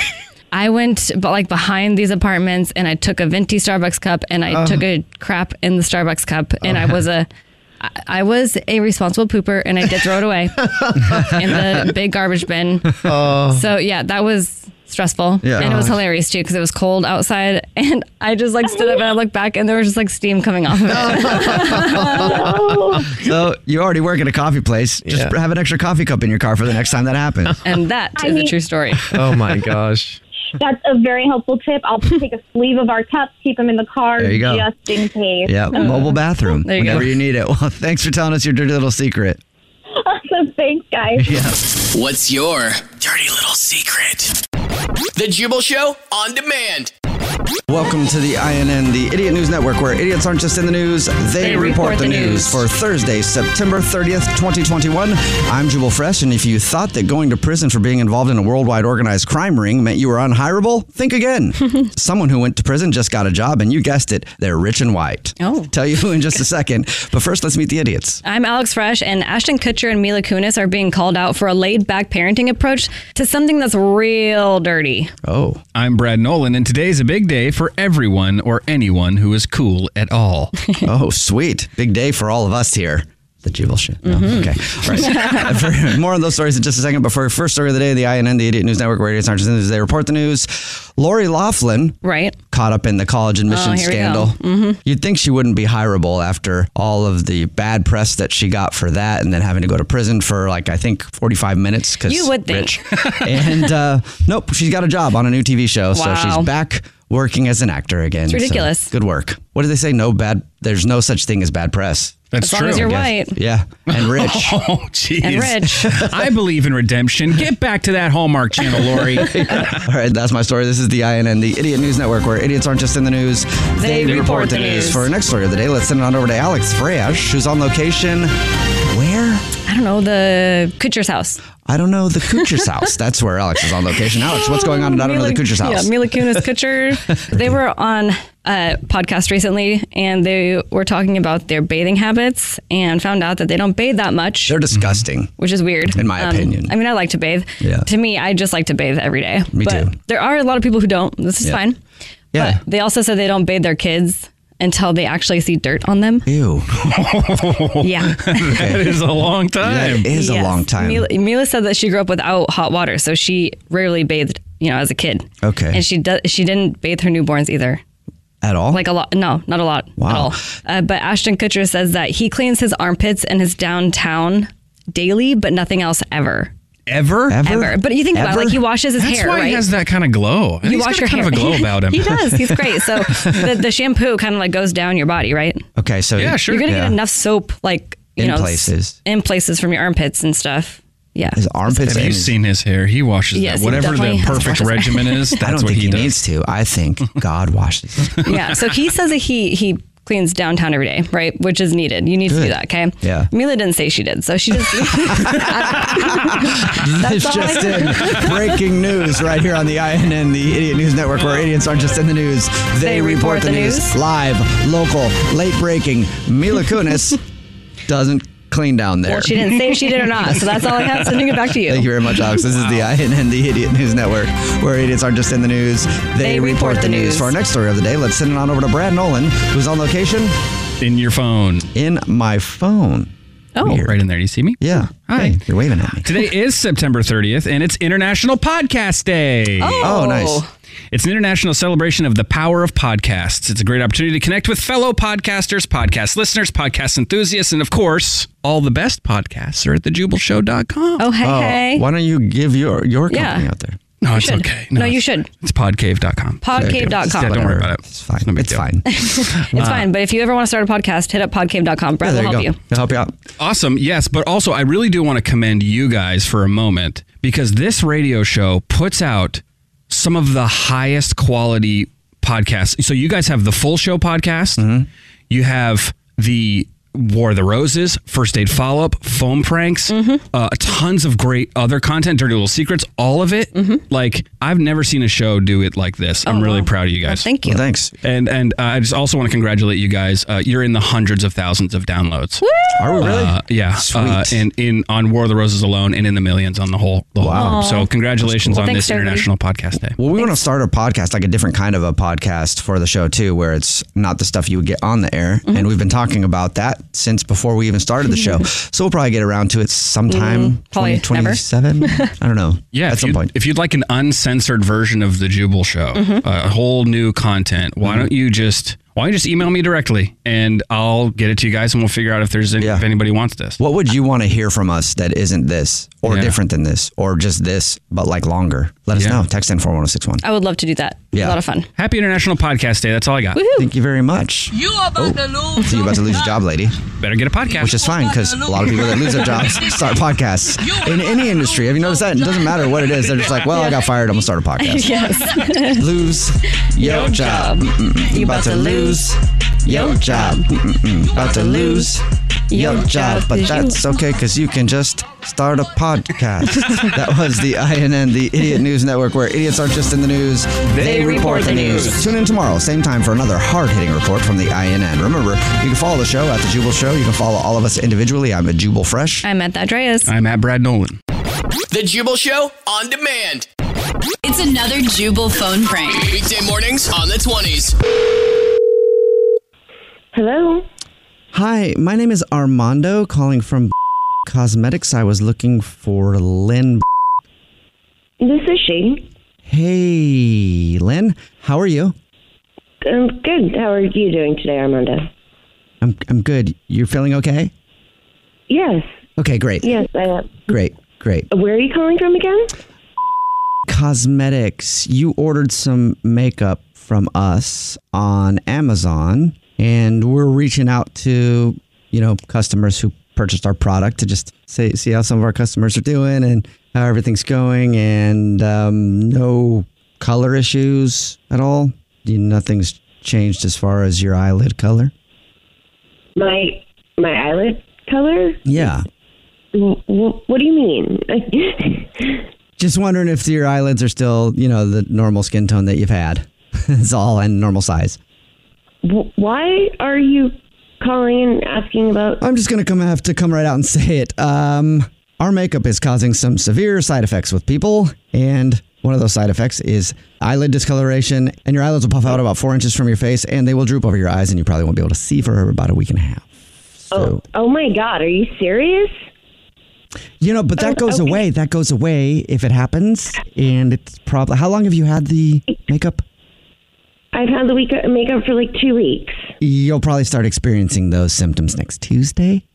Speaker 8: I went but like behind these apartments and I took a venti Starbucks cup and I
Speaker 12: Oh.
Speaker 8: took a crap in the Starbucks cup and I was a I- I was a responsible pooper and I did throw it away in the big garbage bin. So yeah, that was stressful.
Speaker 12: Yeah.
Speaker 8: And it was
Speaker 12: Gosh.
Speaker 8: hilarious too because it was cold outside and I just like stood up and I looked back and there was just like steam coming off of
Speaker 9: Oh.
Speaker 8: it.
Speaker 1: So you already work at a coffee place. Just have an extra coffee cup in your car for the next time that happens.
Speaker 8: and that is
Speaker 10: I
Speaker 8: a
Speaker 10: mean-
Speaker 8: true story.
Speaker 1: Oh my gosh.
Speaker 10: That's a very helpful tip. I'll take a sleeve of our cups, keep them in the car
Speaker 1: There you go.
Speaker 10: just in case.
Speaker 1: Yeah, mobile bathroom
Speaker 10: There you
Speaker 1: whenever
Speaker 10: go.
Speaker 1: you need it. Well, thanks for telling us your dirty little secret.
Speaker 10: Awesome. Thanks, guys.
Speaker 1: Yeah.
Speaker 2: What's your dirty little secret? The Jubal Show on demand.
Speaker 1: Welcome to the INN, the Idiot News Network, where idiots aren't just in the news, they, report, the, news. For Thursday, September 30th, 2021, I'm Jubal Fresh, and if you thought that going to prison for being involved in a worldwide organized crime ring meant you were unhirable, think again. Someone who went to prison just got a job, and you guessed it, they're rich and white. Oh. Tell you who in just a second, but first let's meet the idiots.
Speaker 8: I'm Alex Fresh, and Ashton Kutcher and Mila Kunis are being called out for a laid back parenting approach to something that's real dirty.
Speaker 1: Oh.
Speaker 12: I'm Brad Nolan, and today's a big day for everyone or anyone who is cool at all.
Speaker 1: oh, sweet. Big day for all of us here. The Jubal shit. No?
Speaker 12: Mhm.
Speaker 1: Okay. All right. For more on those stories in just a second. But for our first story of the day, the INN, the Idiot News Network, where idiots aren't just in the news, they report the news. Lori Laughlin,
Speaker 8: right,
Speaker 1: caught up in the college admission
Speaker 8: Oh, here we
Speaker 1: scandal.
Speaker 8: go. Mhm.
Speaker 1: You'd think she wouldn't be hireable after all of the bad press that she got for that, and then having to go to prison for like I think 45 minutes because
Speaker 8: You would think.
Speaker 1: and uh, nope, she's got a job on a new TV show, so
Speaker 8: Wow.
Speaker 1: she's back working as an actor again.
Speaker 8: It's
Speaker 1: So,
Speaker 8: ridiculous.
Speaker 1: good work. What do they say? No bad. There's no such thing as bad press.
Speaker 12: That's
Speaker 8: As long as true. you're white.
Speaker 1: Yeah, and rich.
Speaker 12: Oh, jeez.
Speaker 8: And rich.
Speaker 12: I believe in redemption. Get back to that Hallmark Channel, Lori.
Speaker 1: All right, that's my story. This is the INN, the Idiot News Network, where idiots aren't just in the news,
Speaker 12: They report the news.
Speaker 1: For our next story of the day, let's send it on over to Alex Fresh, who's on location where?
Speaker 8: I don't know, the Kutcher's house.
Speaker 1: I don't know, the Kucher's house. That's where Alex is on location. Alex, what's going on in I don't know the Kucher's house?
Speaker 8: Yeah, Mila Kunis Kutcher. they were on a podcast recently and they were talking about their bathing habits and found out that they don't bathe that much. Mm-hmm.
Speaker 1: They're disgusting.
Speaker 8: Which is weird. Um,
Speaker 1: In my opinion.
Speaker 8: I mean, I like to bathe.
Speaker 1: Yeah.
Speaker 8: To me, I just like to bathe every day.
Speaker 1: Me
Speaker 8: but
Speaker 1: too.
Speaker 8: There are a lot of people who don't. This is
Speaker 1: Yeah.
Speaker 8: fine.
Speaker 1: Yeah.
Speaker 8: They also said they don't bathe their kids until they actually see dirt on them.
Speaker 1: Ew.
Speaker 8: Yeah.
Speaker 12: that is a long time.
Speaker 1: That is a
Speaker 8: Yes.
Speaker 1: long time.
Speaker 8: Mila, Mila said that she grew up without hot water, so she rarely bathed, you know, as a kid.
Speaker 1: Okay.
Speaker 8: And she does. She didn't bathe her newborns either.
Speaker 1: At all?
Speaker 8: Like a lot? No, not a lot. At
Speaker 1: Wow.
Speaker 8: all. Uh, but Ashton Kutcher says that he cleans his armpits and his downtown daily, but nothing else ever.
Speaker 12: Ever?
Speaker 8: Ever? But you think about it, like, he washes his
Speaker 12: That's
Speaker 8: hair,
Speaker 12: why
Speaker 8: right?
Speaker 12: he has that kind of glow.
Speaker 8: you
Speaker 12: He's got
Speaker 8: wash your
Speaker 12: kind
Speaker 8: hair.
Speaker 12: of a glow about him.
Speaker 8: he does. He's great. So the, the shampoo kind of like goes down your body, right?
Speaker 1: Okay, so
Speaker 8: You're gonna get enough soap, like you
Speaker 1: In
Speaker 8: know, s-
Speaker 1: places.
Speaker 8: in places from your armpits and stuff. Yeah.
Speaker 1: His armpits.
Speaker 12: Have you seen his hair? He washes
Speaker 8: Yes,
Speaker 12: that.
Speaker 8: he
Speaker 12: Whatever the
Speaker 8: definitely has to
Speaker 12: perfect
Speaker 8: wash his hair.
Speaker 12: regimen is, that's
Speaker 1: I don't
Speaker 12: what
Speaker 1: think
Speaker 12: he,
Speaker 1: he,
Speaker 12: does.
Speaker 1: needs to. I think God washes. it.
Speaker 8: yeah. So he says that he he cleans downtown every day, right? Which is needed. You need to do
Speaker 1: Good.
Speaker 8: that, okay?
Speaker 1: Yeah.
Speaker 8: Mila didn't say she did, so she just. That's
Speaker 1: It's
Speaker 8: all I-
Speaker 1: just in. Breaking news right here on the INN, the Idiot News Network, where idiots aren't just in the news. They, report, the, news. Live, local, late breaking. Mila Kunis doesn't clean down there.
Speaker 8: Well, she didn't say if she did or not, so that's all I have. Sending it back to you.
Speaker 1: Thank you very much, Alex. This is the INN, the Idiot News Network, where idiots aren't just in the news. They, report, the news. For our next story of the day, let's send it on over to Brad Nolan, who's on location.
Speaker 12: In your phone.
Speaker 1: In my phone.
Speaker 8: Oh,
Speaker 12: right in there. Do you see me?
Speaker 1: Yeah.
Speaker 12: Hi.
Speaker 1: Hey, you're waving at me.
Speaker 12: Today is September 30th, and it's International Podcast Day.
Speaker 1: Oh. Oh, nice.
Speaker 12: It's an international celebration of the power of podcasts. It's a great opportunity to connect with fellow podcasters, podcast listeners, podcast enthusiasts, and of course, all the best podcasts are at thejubalshow.com.
Speaker 8: Oh, hey,
Speaker 12: Oh,
Speaker 8: hey.
Speaker 1: Why don't you give your your
Speaker 8: Yeah.
Speaker 1: company out there?
Speaker 12: No,
Speaker 8: You
Speaker 12: it's
Speaker 8: should.
Speaker 12: okay.
Speaker 8: No, you should.
Speaker 12: It's podcave.com.
Speaker 8: Podcave.com.
Speaker 12: Yeah, don't worry about it. It's
Speaker 1: fine. It's, fine.
Speaker 8: It's fine, but if you ever want to start a podcast, hit up podcave.com. Brad will help you.
Speaker 1: I'll help you out.
Speaker 12: Awesome. Yes. But also, I really do want to commend you guys for a moment because this radio show puts out some of the highest quality podcasts. So, you guys have the full show podcast,
Speaker 1: Mm-hmm.
Speaker 12: you have the War of the Roses, First Aid Follow Up, Foam Pranks, uh, tons of great other content, Dirty Little Secrets, all of it. Like, I've never seen a show do it like this. I'm really proud of you guys.
Speaker 8: thank you.
Speaker 1: Well, thanks.
Speaker 12: And and uh, I just also want to congratulate you guys. Uh, you're in the hundreds of thousands of downloads.
Speaker 1: Are we really?
Speaker 12: Uh, yeah. Uh,
Speaker 1: Sweet.
Speaker 12: and in on War of the Roses alone, and in the millions on the whole. The
Speaker 1: Wow.
Speaker 12: Whole. So congratulations
Speaker 1: That's cool.
Speaker 12: on
Speaker 1: Thanks,
Speaker 12: this
Speaker 1: everybody.
Speaker 12: International Podcast Day.
Speaker 1: Well, we want to start a podcast, like a different kind of a podcast for the show too, where it's not the stuff you would get on the air. And we've been talking about that since before we even started the show. so we'll probably get around to it sometime.
Speaker 12: Mm, probably
Speaker 1: 20
Speaker 12: never.
Speaker 1: 27? I don't know.
Speaker 12: Yeah,
Speaker 1: at
Speaker 12: if
Speaker 1: some
Speaker 12: you'd,
Speaker 1: point.
Speaker 12: if you'd like an uncensored version of the Jubal Show,
Speaker 8: Mm-hmm.
Speaker 12: uh,
Speaker 1: Mhm. Mm-hmm.
Speaker 12: a whole new content, why don't you just Why don't you just email me directly and I'll get it to you guys and we'll figure out if there's any, if anybody wants this.
Speaker 1: What would you want to hear from us that isn't this or
Speaker 12: Yeah.
Speaker 1: different than this or just this, but like longer? Let us know. Text in 41061.
Speaker 8: I would love to do that. A lot Oh, of fun.
Speaker 12: Happy International Podcast Day. That's all I got.
Speaker 8: Woohoo.
Speaker 1: Thank you very much.
Speaker 8: You
Speaker 1: about
Speaker 8: to lose.
Speaker 1: So you're Oh, about to lose your job, lady.
Speaker 12: Better get a podcast.
Speaker 1: Which is fine because a lot of people that lose their jobs start podcasts in any industry. Have you noticed that? It doesn't matter what it is. They're just like, well, I got fired. I'm going to start a podcast.
Speaker 8: yes.
Speaker 1: lose your job. Mm-mm. You about to lose your job. Mm-mm. About to lose your job. But that's okay because you can just start a podcast. that was the INN, the Idiot News Network, where idiots aren't just in the news,
Speaker 2: They report the news.
Speaker 1: Tune in tomorrow, same time, for another hard hitting report from the INN. Remember, you can follow the show at The Jubal Show. You can follow all of us individually. I'm at Jubal Fresh.
Speaker 8: I'm at that Dreas.
Speaker 12: I'm at Brad Nolan.
Speaker 2: The Jubal Show on demand.
Speaker 13: It's another Jubal phone prank.
Speaker 2: Weekday mornings on the 20s.
Speaker 1: Hello. Hi, my name is Armando calling from Cosmetics. I was looking for Lynn.
Speaker 11: This is she.
Speaker 1: Hey, Lynn, how are you?
Speaker 11: Um, good. How are you doing today, Armando?
Speaker 1: I'm I'm good. You're feeling okay?
Speaker 11: Yes.
Speaker 1: Okay, great.
Speaker 11: Yes, I am.
Speaker 1: Great, great.
Speaker 11: Where are you calling from again?
Speaker 1: Cosmetics, you ordered some makeup from us on Amazon and we're reaching out to, you know, customers who purchased our product to just say see how some of our customers are doing and how everything's going and um, no color issues at all. You- Nothing's changed as far as your eyelid color.
Speaker 11: My my eyelid color.
Speaker 1: Yeah.
Speaker 11: W- w- What do you mean?
Speaker 1: Just wondering if your eyelids are still, you know, the normal skin tone that you've had. it's all and normal size.
Speaker 11: W- Why are you calling and asking about?
Speaker 1: I'm just gonna come have to come right out and say it. Um, our makeup is causing some severe side effects with people, and one of those side effects is eyelid discoloration, and your eyelids will puff out about four inches from your face, and they will droop over your eyes, and you probably won't be able to see for about a week and a half. So,
Speaker 11: Oh my God, are you serious?
Speaker 1: you know, but
Speaker 11: Oh,
Speaker 1: that goes away. That goes away if it happens, and it's probably. How long have you had the makeup?
Speaker 11: I've had the week uh, makeup for like two weeks.
Speaker 1: You'll probably start experiencing those symptoms next Tuesday.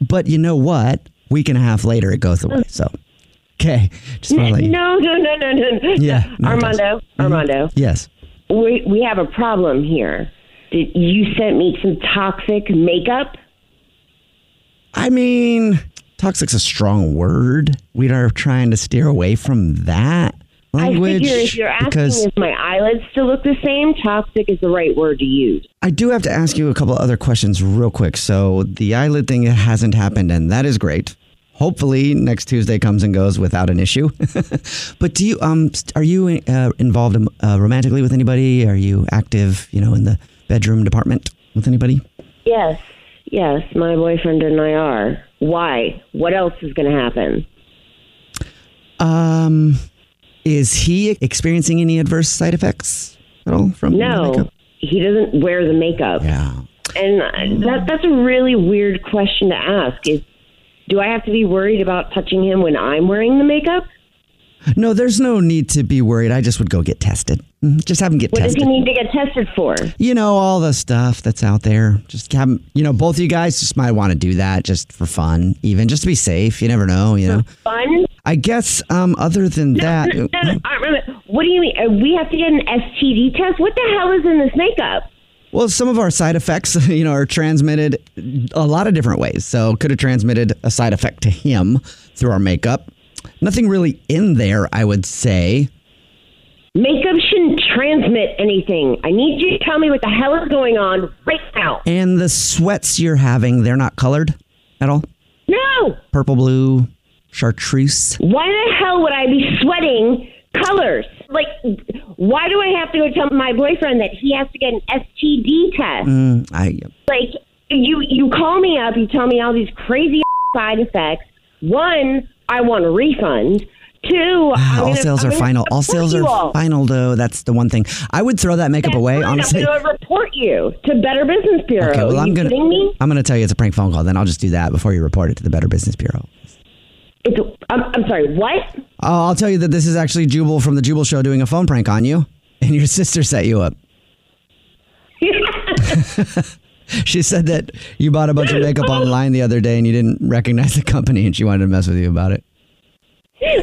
Speaker 1: But you know what? Week and a half later, it goes away. So, okay. Just want to let you
Speaker 11: No, no, no, no, no. no.
Speaker 1: Yeah, no, it Mm-hmm.
Speaker 11: Armando, Armando.
Speaker 1: Yes.
Speaker 11: We we have a problem here. Did you sent me some toxic makeup?
Speaker 1: I mean, toxic's a strong word. We are trying to steer away from that language.
Speaker 11: I figure if you're asking
Speaker 1: because
Speaker 11: if my eyelids still look the same, toxic is the right word to use.
Speaker 1: I do have to ask you a couple other questions real quick. So, the eyelid thing hasn't happened, and that is great. Hopefully, next Tuesday comes and goes without an issue. but do you um st- are you uh, involved um, uh, romantically with anybody? Are you active, you know, in the bedroom department with anybody?
Speaker 11: Yes, yes, my boyfriend and I are. Why? What else is going to happen?
Speaker 1: Um, is he experiencing any adverse side effects at all from the
Speaker 11: No,
Speaker 1: makeup?
Speaker 11: he doesn't wear the makeup.
Speaker 1: Yeah.
Speaker 11: And that that's a really weird question to ask. Is do I have to be worried about touching him when I'm wearing the makeup?
Speaker 1: No, there's no need to be worried. I just would go get tested. Mhm, Just have him get
Speaker 11: What does
Speaker 1: tested.
Speaker 11: he need to get tested for?
Speaker 1: you know all the stuff that's out there. Just have 'em- you know both of you guys just might want to do that just for fun, even just to be safe. You never know. You know.
Speaker 11: Fun?
Speaker 1: I guess um, other than that,
Speaker 11: No, no, no, Armando, what do you mean? Uh, We have to get an STD test? What the hell is in this makeup?
Speaker 1: Well, some of our side effects, you know, are transmitted a lot of different ways. So, could have transmitted a side effect to him through our makeup. Nothing really in there, I would say.
Speaker 11: Makeup shouldn't transmit anything. I need you to tell me what the hell is going on right now.
Speaker 1: And the sweats you're having, they're not colored at all.
Speaker 11: No.
Speaker 1: Purple, blue, chartreuse.
Speaker 11: Why the hell would I be sweating colors? Like, why do I have to go tell my boyfriend that he has to get an STD test?
Speaker 1: Mm, I
Speaker 11: Like, you you call me up, you tell me all these crazy side effects. One, I want a refund. Two, I'm
Speaker 1: Ah, all
Speaker 11: gonna-
Speaker 1: sales
Speaker 11: I'm
Speaker 1: are
Speaker 11: gonna
Speaker 1: final. All
Speaker 11: report
Speaker 1: sales
Speaker 11: you
Speaker 1: are
Speaker 11: all.
Speaker 1: final, though. That's the one thing. I would throw that makeup away,
Speaker 11: Fine,
Speaker 1: honestly.
Speaker 11: I'm going to report you to Better Business Bureau.
Speaker 1: Okay, well,
Speaker 11: Are
Speaker 1: I'm
Speaker 11: you
Speaker 1: gonna
Speaker 11: kidding me?
Speaker 1: I'm gonna tell you it's a prank phone call. Then I'll just do that before you report it to the Better Business Bureau.
Speaker 11: It's, I'm, I'm sorry, what?
Speaker 1: Oh, I'll tell you that this is actually Jubal from the Jubal Show doing a phone prank on you, and your sister set you up. She said that you bought a bunch of makeup online the other day and you didn't recognize the company and she wanted to mess with you about it.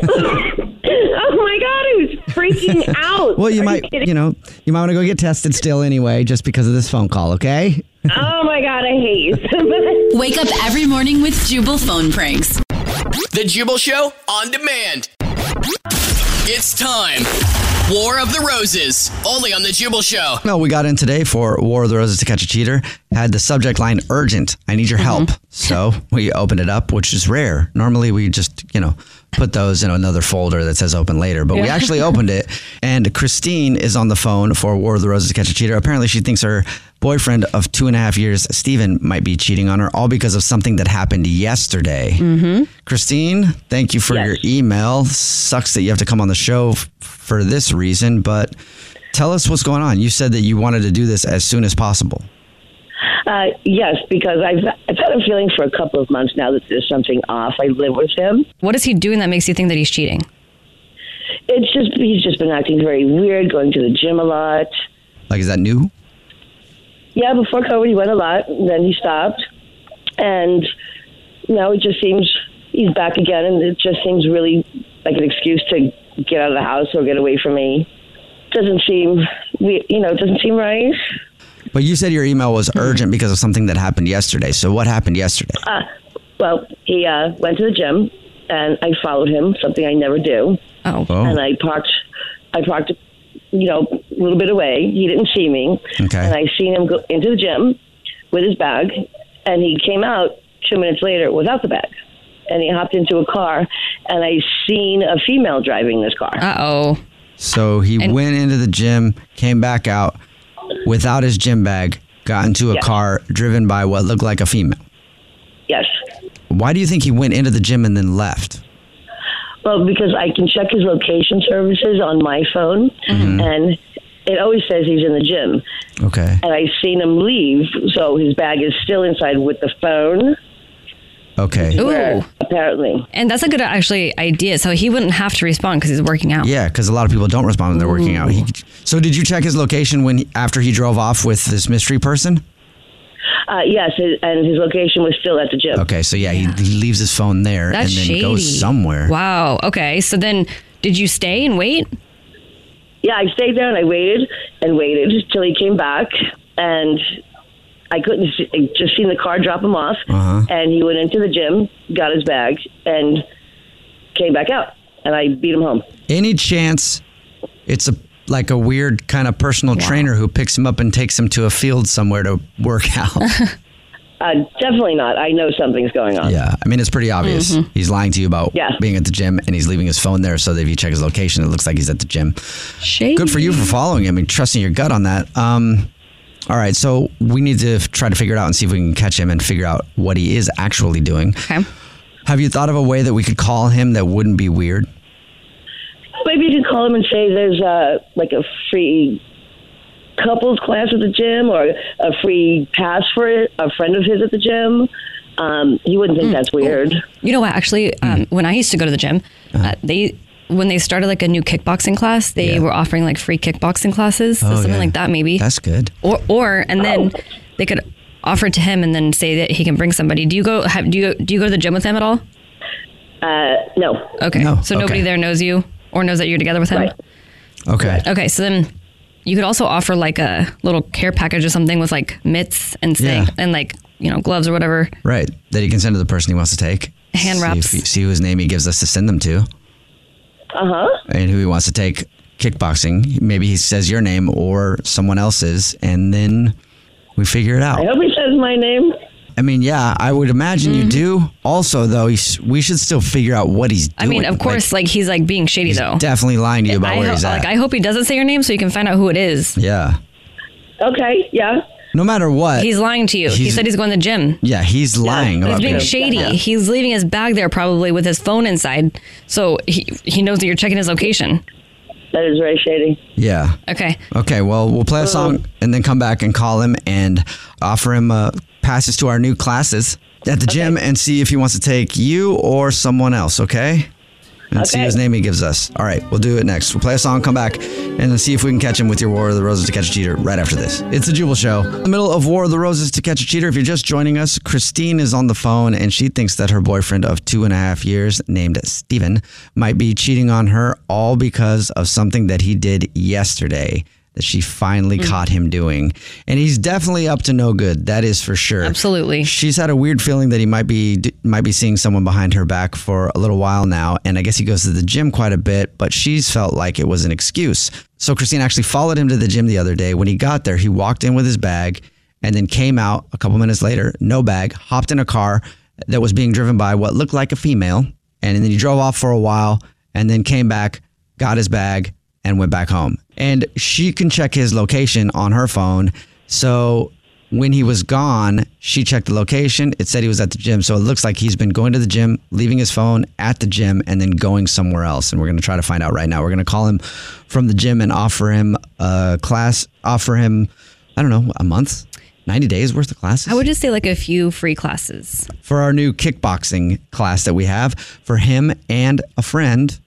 Speaker 14: oh my god, I was freaking out.
Speaker 1: Well, you
Speaker 14: Are
Speaker 1: might,
Speaker 14: kidding?
Speaker 1: you know, you might want to go get tested still anyway just because of this phone call, okay?
Speaker 14: Oh my god, I hate you so much.
Speaker 6: Wake up every morning with Jubal phone pranks.
Speaker 2: The Jubal Show on demand. It's time. War of the Roses, only on The Jubal Show.
Speaker 1: No, we got in today for War of the Roses to Catch a Cheater. Had the subject line urgent. I need your help. So we opened it up, which is rare. Normally we just, you know, put those in another folder that says open later, but we
Speaker 15: Yeah.
Speaker 1: actually opened it. And Christine is on the phone for War of the Roses to Catch a Cheater. Apparently she thinks her boyfriend of two and a half years, Steven, might be cheating on her, all because of something that happened yesterday.
Speaker 15: Mm-hmm.
Speaker 1: Christine, thank you for your email. Sucks that you have to come on the show f- for this reason, but tell us what's going on. You said that you wanted to do this as soon as possible.
Speaker 16: Uh, yes, because I've I've had a feeling for a couple of months now that there's something off. I live with him.
Speaker 8: What is he doing that makes you think that he's cheating?
Speaker 16: It's just he's just been acting very weird, going to the gym a lot.
Speaker 1: Like, is that new?
Speaker 16: Yeah, before COVID he went a lot, and then he stopped, and now it just seems he's back again, and it just seems really like an excuse to get out of the house or get away from me. Doesn't seem we you know it doesn't seem right.
Speaker 1: But you said your email was urgent because of something that happened yesterday. So, what happened yesterday?
Speaker 16: Uh, well, he uh, went to the gym, and I followed him, something I never do.
Speaker 8: Oh.
Speaker 1: Oh.
Speaker 16: And I parked, I parked, you know, a little bit away. He didn't see me.
Speaker 1: Okay.
Speaker 16: And I seen him go into the gym with his bag, and he came out two minutes later without the bag. And he hopped into a car, and I seen a female driving this car.
Speaker 1: Ah.
Speaker 8: Uh oh.
Speaker 1: So, he went into the gym, came back out without his gym bag, got into a
Speaker 16: Yeah.
Speaker 1: car driven by what looked like a female.
Speaker 16: Yes.
Speaker 1: Why do you think he went into the gym and then left?
Speaker 16: Well, because I can check his location services on my phone,
Speaker 1: Mm-hmm.
Speaker 16: and it always says he's in the gym.
Speaker 1: Okay.
Speaker 16: And I seen him leave, so his bag is still inside with the phone.
Speaker 1: Okay.
Speaker 16: Where, apparently.
Speaker 8: And that's a good actually idea. So he wouldn't have to respond because he's working out.
Speaker 1: Yeah, because a lot of people don't respond when they're working out. He, so, did you check his location when he, after he drove off with this mystery person?
Speaker 16: Uh, yes, his- and his location was still at the gym.
Speaker 1: Okay, so yeah, He, he leaves his phone there
Speaker 8: That's
Speaker 1: and then
Speaker 8: shady.
Speaker 1: goes somewhere.
Speaker 8: Wow. Okay. So then, did you stay and wait?
Speaker 16: Yeah, I stayed there and I waited and waited till he came back, and I couldn't see, I just seen the car drop him off,
Speaker 1: Uh-huh.
Speaker 16: and he went into the gym, got his bag, and came back out, and I beat him home.
Speaker 1: Any chance it's a like a weird kind of personal trainer who picks him up and takes him to a field somewhere to work out?
Speaker 16: Uh, definitely not. I know something's going on.
Speaker 1: yeah, I mean it's pretty obvious.
Speaker 8: Mm-hmm.
Speaker 16: Mhm.
Speaker 1: He's lying to you about
Speaker 16: Yeah.
Speaker 1: being at the gym, and he's leaving his phone there so that if you check his location, it looks like he's at the gym.
Speaker 8: Shady.
Speaker 1: Good for you for following him and trusting your gut on that. Um, all right, so we need to f- try to figure it out and see if we can catch him and figure out what he is actually doing. Okay. Have you thought of a way that we could call him that wouldn't be weird?
Speaker 16: Maybe you could call him and say there's a like a free couples class at the gym or a free pass for a friend of his at the gym. Um, he wouldn't think that's weird.
Speaker 8: You know what? Actually, um,
Speaker 1: Mm-hmm.
Speaker 8: when I used to go to the gym,
Speaker 1: Uh-huh.
Speaker 8: uh, they when they started like a new kickboxing class, they were offering like free kickboxing classes, so
Speaker 1: Oh,
Speaker 8: something
Speaker 1: yeah.
Speaker 8: like that maybe.
Speaker 1: That's Oh. good.
Speaker 8: Or or and then they could offer it to him and then say that he can bring somebody. Do you go? Have, do you do you go to the gym with him at all?
Speaker 16: Uh, no.
Speaker 8: Okay.
Speaker 1: No.
Speaker 8: So nobody
Speaker 1: Okay.
Speaker 8: there knows you or knows that you're together with him.
Speaker 1: Okay.
Speaker 8: Okay, so then you could also offer like a little care package or something with like mitts and say,
Speaker 1: Yeah.
Speaker 8: and like you know gloves or whatever.
Speaker 1: Right. That he can send to the person he wants to take.
Speaker 8: Hand
Speaker 1: See
Speaker 8: wraps.
Speaker 1: if he- See, whose name he gives us to send them to
Speaker 16: Uh huh.
Speaker 1: and who he wants to take kickboxing. Maybe he says your name or someone else's, and then we figure it out.
Speaker 16: I hope he says my name. Mm-hmm.
Speaker 1: I mean, yeah, I would imagine you do. Also, though, you s- we should still figure out what he's doing.
Speaker 8: I mean, of course, like, he's like being shady though.
Speaker 1: definitely lying to you about
Speaker 8: I
Speaker 1: where
Speaker 8: ho-
Speaker 1: he's at.
Speaker 8: like I hope he doesn't say your name so you can find out who it is.
Speaker 1: yeah.
Speaker 16: Okay. Yeah.
Speaker 1: No matter what.
Speaker 8: He's lying to you. He
Speaker 1: he's-
Speaker 8: said he's going to the gym.
Speaker 1: Yeah, he's lying
Speaker 8: He's
Speaker 1: about
Speaker 8: being
Speaker 1: being
Speaker 8: shady.
Speaker 1: Yeah.
Speaker 8: He's leaving his bag there probably with his phone inside, so he he knows that you're checking his location.
Speaker 16: That is very shady.
Speaker 1: Yeah.
Speaker 8: Okay.
Speaker 1: Okay, well, we'll play a song and then come back and call him and offer him uh, passes to our new classes at the gym and see if he wants to take you or someone else, okay? and see whose name he gives us. All right, we'll do it next. We'll play a song, come back, and then see if we can catch him with your War of the Roses to Catch a Cheater right after this. It's a Jubal Show. In the middle of War of the Roses to Catch a Cheater, if you're just joining us, Christine is on the phone and she thinks that her boyfriend of two and a half years, named Steven, might be cheating on her all because of something that he did yesterday that she finally caught him doing. And he's definitely up to no good. That is for sure.
Speaker 8: Absolutely.
Speaker 1: She's had a weird feeling that he might be d- might be seeing someone behind her back for a little while now, and I guess he goes to the gym quite a bit, but she's felt like it was an excuse. So Christine actually followed him to the gym the other day. When he got there, he walked in with his bag and then came out a couple minutes later, no bag, hopped in a car that was being driven by what looked like a female, and then he drove off for a while and then came back, got his bag, and went back home. And she can check his location on her phone. So when he was gone, she checked the location. It said he was at the gym. So it looks like he's been going to the gym, leaving his phone at the gym, and then going somewhere else. And we're going to try to find out right now. We're going to call him from the gym and offer him a class, offer him, I don't know, a month, 90 days worth of classes
Speaker 8: I would just say like a few free classes.
Speaker 1: for our new kickboxing class that we have for him and a friend.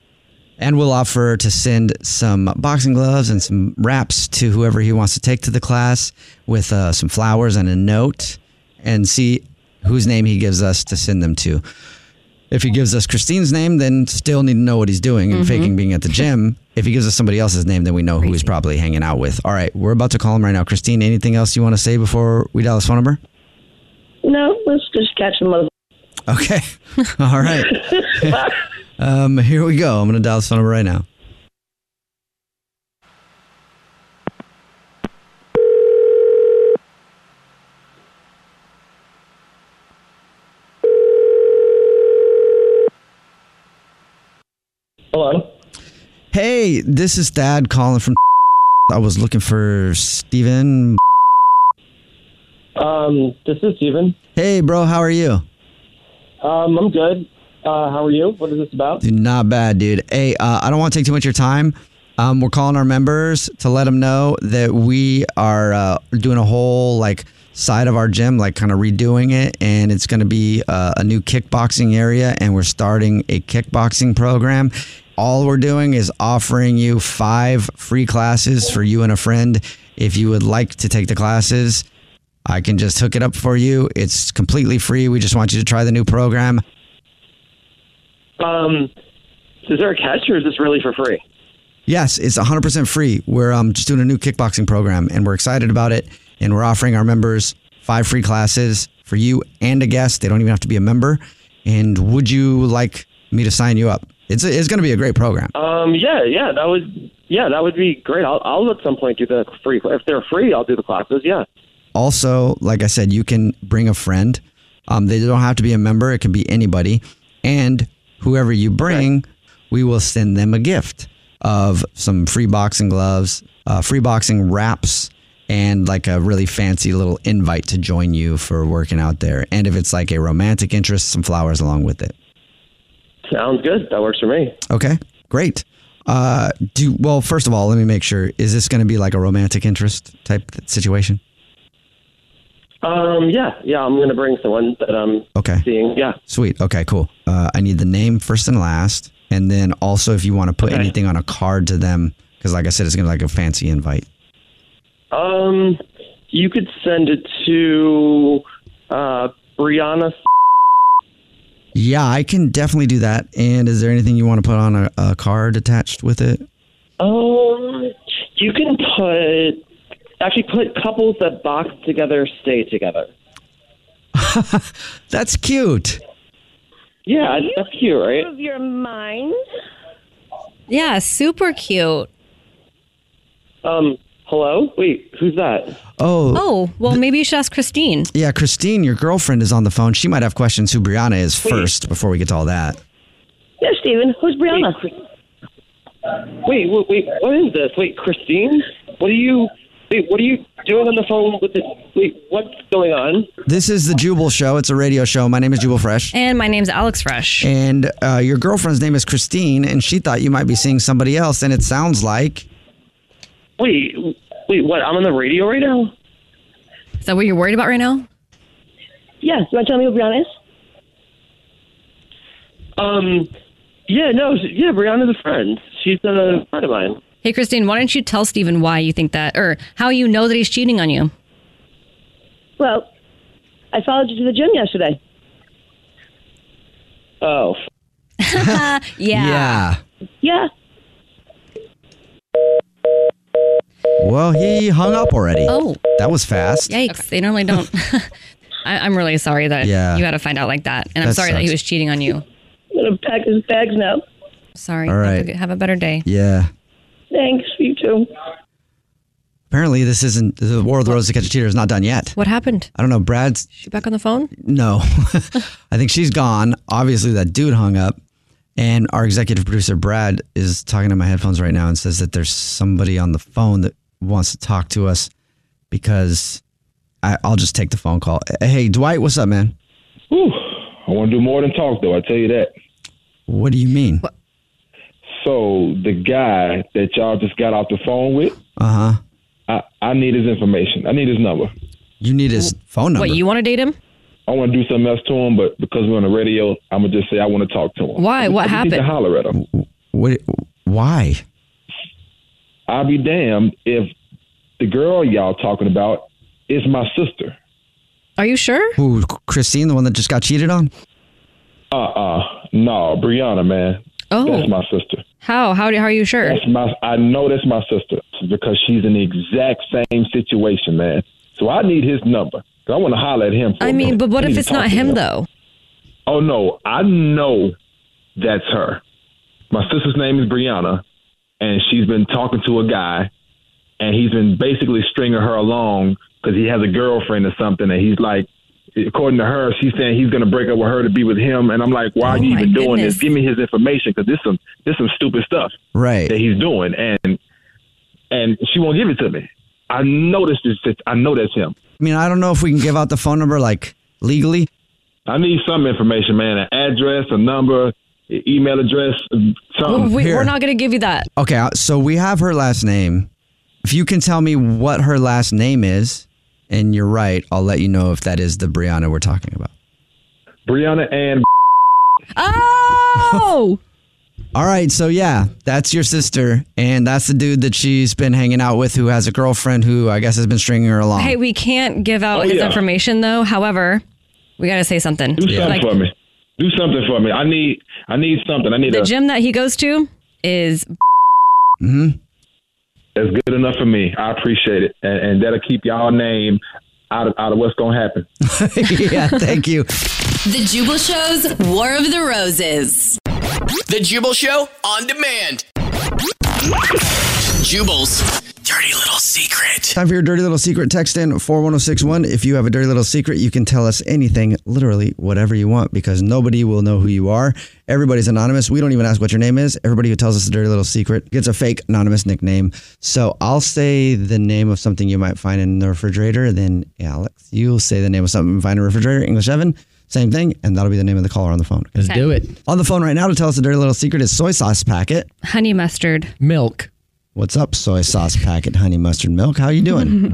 Speaker 1: And we'll offer to send some boxing gloves and some wraps to whoever he wants to take to the class with uh, some flowers and a note and see whose name he gives us to send them to. If he gives us Christine's name, then still need to know what he's doing and
Speaker 15: Mhm.
Speaker 1: faking being at the gym. If he gives us somebody else's name, then we know who he's probably hanging out with. All right, we're about to call him right now. Christine, anything else you want to say before we dial his phone number?
Speaker 16: No, let's just catch the mother.
Speaker 1: Okay. All right. um, here we go. I'm going to dial this phone number right now.
Speaker 17: Hello.
Speaker 1: Hey, this is Thad calling from. I was looking for Steven.
Speaker 17: Um, this is Steven.
Speaker 1: Hey, bro, how are you?
Speaker 17: Um, I'm good. Uh, how are you? What is this about?
Speaker 1: Dude, not bad, dude. Hey, uh, I don't want to take too much of your time. Um, we're calling our members to let them know that we are uh, doing a whole like side of our gym, like kind of redoing it, and it's going to be uh, a new kickboxing area, and we're starting a kickboxing program. All we're doing is offering you five free classes for you and a friend. If you would like to take the classes, I can just hook it up for you. It's completely free. We just want you to try the new program.
Speaker 17: Um, is there a catch or is this really for free?
Speaker 1: Yes, it's 100% free. We're um, just doing a new kickboxing program and we're excited about it. And we're offering our members five free classes for you and a guest. They don't even have to be a member. And would you like me to sign you up? It's, it's going to be a great program.
Speaker 17: Um, yeah, yeah, that would, yeah, that would be great. I'll, I'll at some point do the free. If they're free, I'll do the classes. Yeah.
Speaker 1: Also, like I said, you can bring a friend. Um, they don't have to be a member, it can be anybody. And whoever you bring, we will send them a gift of some free boxing gloves, uh, free boxing wraps, and like a really fancy little invite to join you for working out there. And if it's like a romantic interest, some flowers along with it.
Speaker 17: Sounds good. That works for me.
Speaker 1: Okay, great. Uh, do well. First of all, let me make sure: is this going to be like a romantic interest type situation?
Speaker 17: Um, yeah, yeah, I'm gonna bring someone that I'm
Speaker 1: Okay.
Speaker 17: seeing. Yeah.
Speaker 1: Sweet. Okay, cool. Uh, I need the name first and last. And then also if you want to put anything on a card to them, because like I said, it's going to like a fancy invite.
Speaker 17: Um, you could send it to uh, Brianna.
Speaker 1: Yeah, I can definitely do that. And is there anything you want to put on a, a card attached with it?
Speaker 17: Um, you can put actually put couples that box together stay together.
Speaker 1: That's cute.
Speaker 17: Yeah, that's cute, right?
Speaker 14: Of your mind.
Speaker 8: Yeah, super cute.
Speaker 17: Um, hello. Wait, who's that?
Speaker 1: Oh.
Speaker 8: Oh, well, maybe you should ask Christine.
Speaker 1: Yeah, Christine, your girlfriend is on the phone. She might have questions who Brianna is first before we get to all that.
Speaker 17: Yeah, Steven. Who's Brianna? Wait, wait, wait. What is this? Wait, Christine. What are you? Wait, what are you doing on the phone with this? Wait, what's going on?
Speaker 1: This is the Jubal Show. It's a radio show. My name is Jubal Fresh.
Speaker 8: And my name's Alex Fresh.
Speaker 1: And uh, your girlfriend's name is Christine, and she thought you might be seeing somebody else. And it sounds like
Speaker 17: Wait, wait. What? I'm on the radio right now.
Speaker 8: Is that what you're worried about right now?
Speaker 17: Yes. You want to tell me who Brianna is? Um, Yeah, no, she, yeah, Brianna's a friend. She's a friend of mine.
Speaker 8: Hey, Christine, why don't you tell Steven why you think that or how you know that he's cheating on you?
Speaker 18: Well, I followed you to the gym yesterday.
Speaker 17: Oh.
Speaker 8: yeah.
Speaker 1: Yeah.
Speaker 18: Yeah.
Speaker 1: Well, he hung up already.
Speaker 8: Oh.
Speaker 1: That was fast.
Speaker 8: Yikes. They normally don't. I, I'm really sorry that
Speaker 1: Yeah.
Speaker 8: you had to find out like that. And I'm
Speaker 1: That
Speaker 8: sorry that he
Speaker 1: sucks.
Speaker 8: was cheating on you.
Speaker 18: I'm going to pack his bags now.
Speaker 8: Sorry.
Speaker 1: All right.
Speaker 8: Have a better day.
Speaker 1: Yeah.
Speaker 18: Thanks, you too.
Speaker 1: Apparently, this isn't the War of the Roses to Catch a Cheater is not done yet.
Speaker 8: What happened?
Speaker 1: I don't know. Brad's
Speaker 8: You back on the phone?
Speaker 1: no. I think she's gone. Obviously, that dude hung up. And our executive producer, Brad, is talking to my headphones right now and says that there's somebody on the phone that wants to talk to us because I, I'll just take the phone call. Hey, Dwight, what's up, man?
Speaker 4: I want to do more than talk, though. I tell you that.
Speaker 1: What do you mean?
Speaker 4: So the guy that y'all just got off the phone with,
Speaker 1: Uh huh.
Speaker 4: I, I need his information. I need his number.
Speaker 1: You need his phone
Speaker 8: What, you want to date him?
Speaker 4: I want to do something else to him, but because we're on the radio, I'm gonna just say I want to talk to him.
Speaker 8: Why?
Speaker 4: I
Speaker 8: What
Speaker 4: just need to
Speaker 8: happened?
Speaker 4: holler at him.
Speaker 1: What? Why?
Speaker 4: I'll be damned if the girl y'all talking about is my sister.
Speaker 8: Are you sure?
Speaker 1: Who, Christine, the one that just got cheated on?
Speaker 4: Uh uh no, Brianna, man.
Speaker 8: Oh.
Speaker 4: that's my sister.
Speaker 8: How? How, do, how are you sure?
Speaker 4: That's my. I know that's my sister because she's in the exact same situation, man. So I need his number. 'Cause I want to holler at him. for
Speaker 8: I
Speaker 4: a
Speaker 8: mean,
Speaker 4: minute.
Speaker 8: but what
Speaker 4: I
Speaker 8: if
Speaker 4: need to
Speaker 8: it's
Speaker 4: talk
Speaker 8: not
Speaker 4: to
Speaker 8: him, though?
Speaker 4: Oh no, I know that's her. My sister's name is Brianna, and she's been talking to a guy, and he's been basically stringing her along because he has a girlfriend or something, and he's like. According to her, she's saying he's going to break up with her to be with him, and I'm like, "Why are you
Speaker 8: Oh my
Speaker 4: even doing
Speaker 8: goodness.
Speaker 4: this? Give me his information because this some this some stupid stuff."
Speaker 1: Right.
Speaker 4: that he's doing, and and she won't give it to me. I noticed this. that- I know that's him.
Speaker 1: I mean, I don't know if we can give out the phone number like legally.
Speaker 4: I need some information, man. An address, a number, e- email address, something.
Speaker 8: we,
Speaker 1: Here.
Speaker 8: we're not going to give you that.
Speaker 1: Okay, uh, so we have her last name. If you can tell me what her last name is, and you're right, I'll let you know if that is the Brianna we're talking about.
Speaker 4: Brianna and
Speaker 8: Oh!
Speaker 1: All right, so yeah, that's your sister, and that's the dude that she's been hanging out with who has a girlfriend who I guess has been stringing her along.
Speaker 8: Hey, we can't give out
Speaker 4: Oh,
Speaker 8: his
Speaker 4: yeah.
Speaker 8: information though. However, we gotta say something.
Speaker 4: do something
Speaker 8: Like,
Speaker 4: for me. Do something for me. I need. I need something. I need
Speaker 8: the
Speaker 4: a.
Speaker 8: gym that he goes to is
Speaker 1: Mm-hmm.
Speaker 4: That's good enough for me. I appreciate it, and, and that'll keep y'all name out of out of what's gonna happen.
Speaker 1: yeah, thank you.
Speaker 6: The Jubal Show's War of the Roses.
Speaker 2: The Jubal Show on demand. Jubal's dirty little secret.
Speaker 1: Time for your dirty little secret. Text in 41061. If you have a dirty little secret, you can tell us anything, literally whatever you want, because nobody will know who you are. Everybody's anonymous. We don't even ask what your name is. Everybody who tells us a dirty little secret gets a fake anonymous nickname. So I'll say the name of something you might find in the refrigerator. Then Alex, you'll say the name of something you find in a refrigerator. English Evan, same thing. And that'll be the name of the caller on the phone.
Speaker 9: Let's do it.
Speaker 1: On the phone right now to tell us a dirty little secret is soy sauce packet.
Speaker 8: honey mustard.
Speaker 1: Milk. What's up, soy sauce packet, honey mustard milk? How you doing?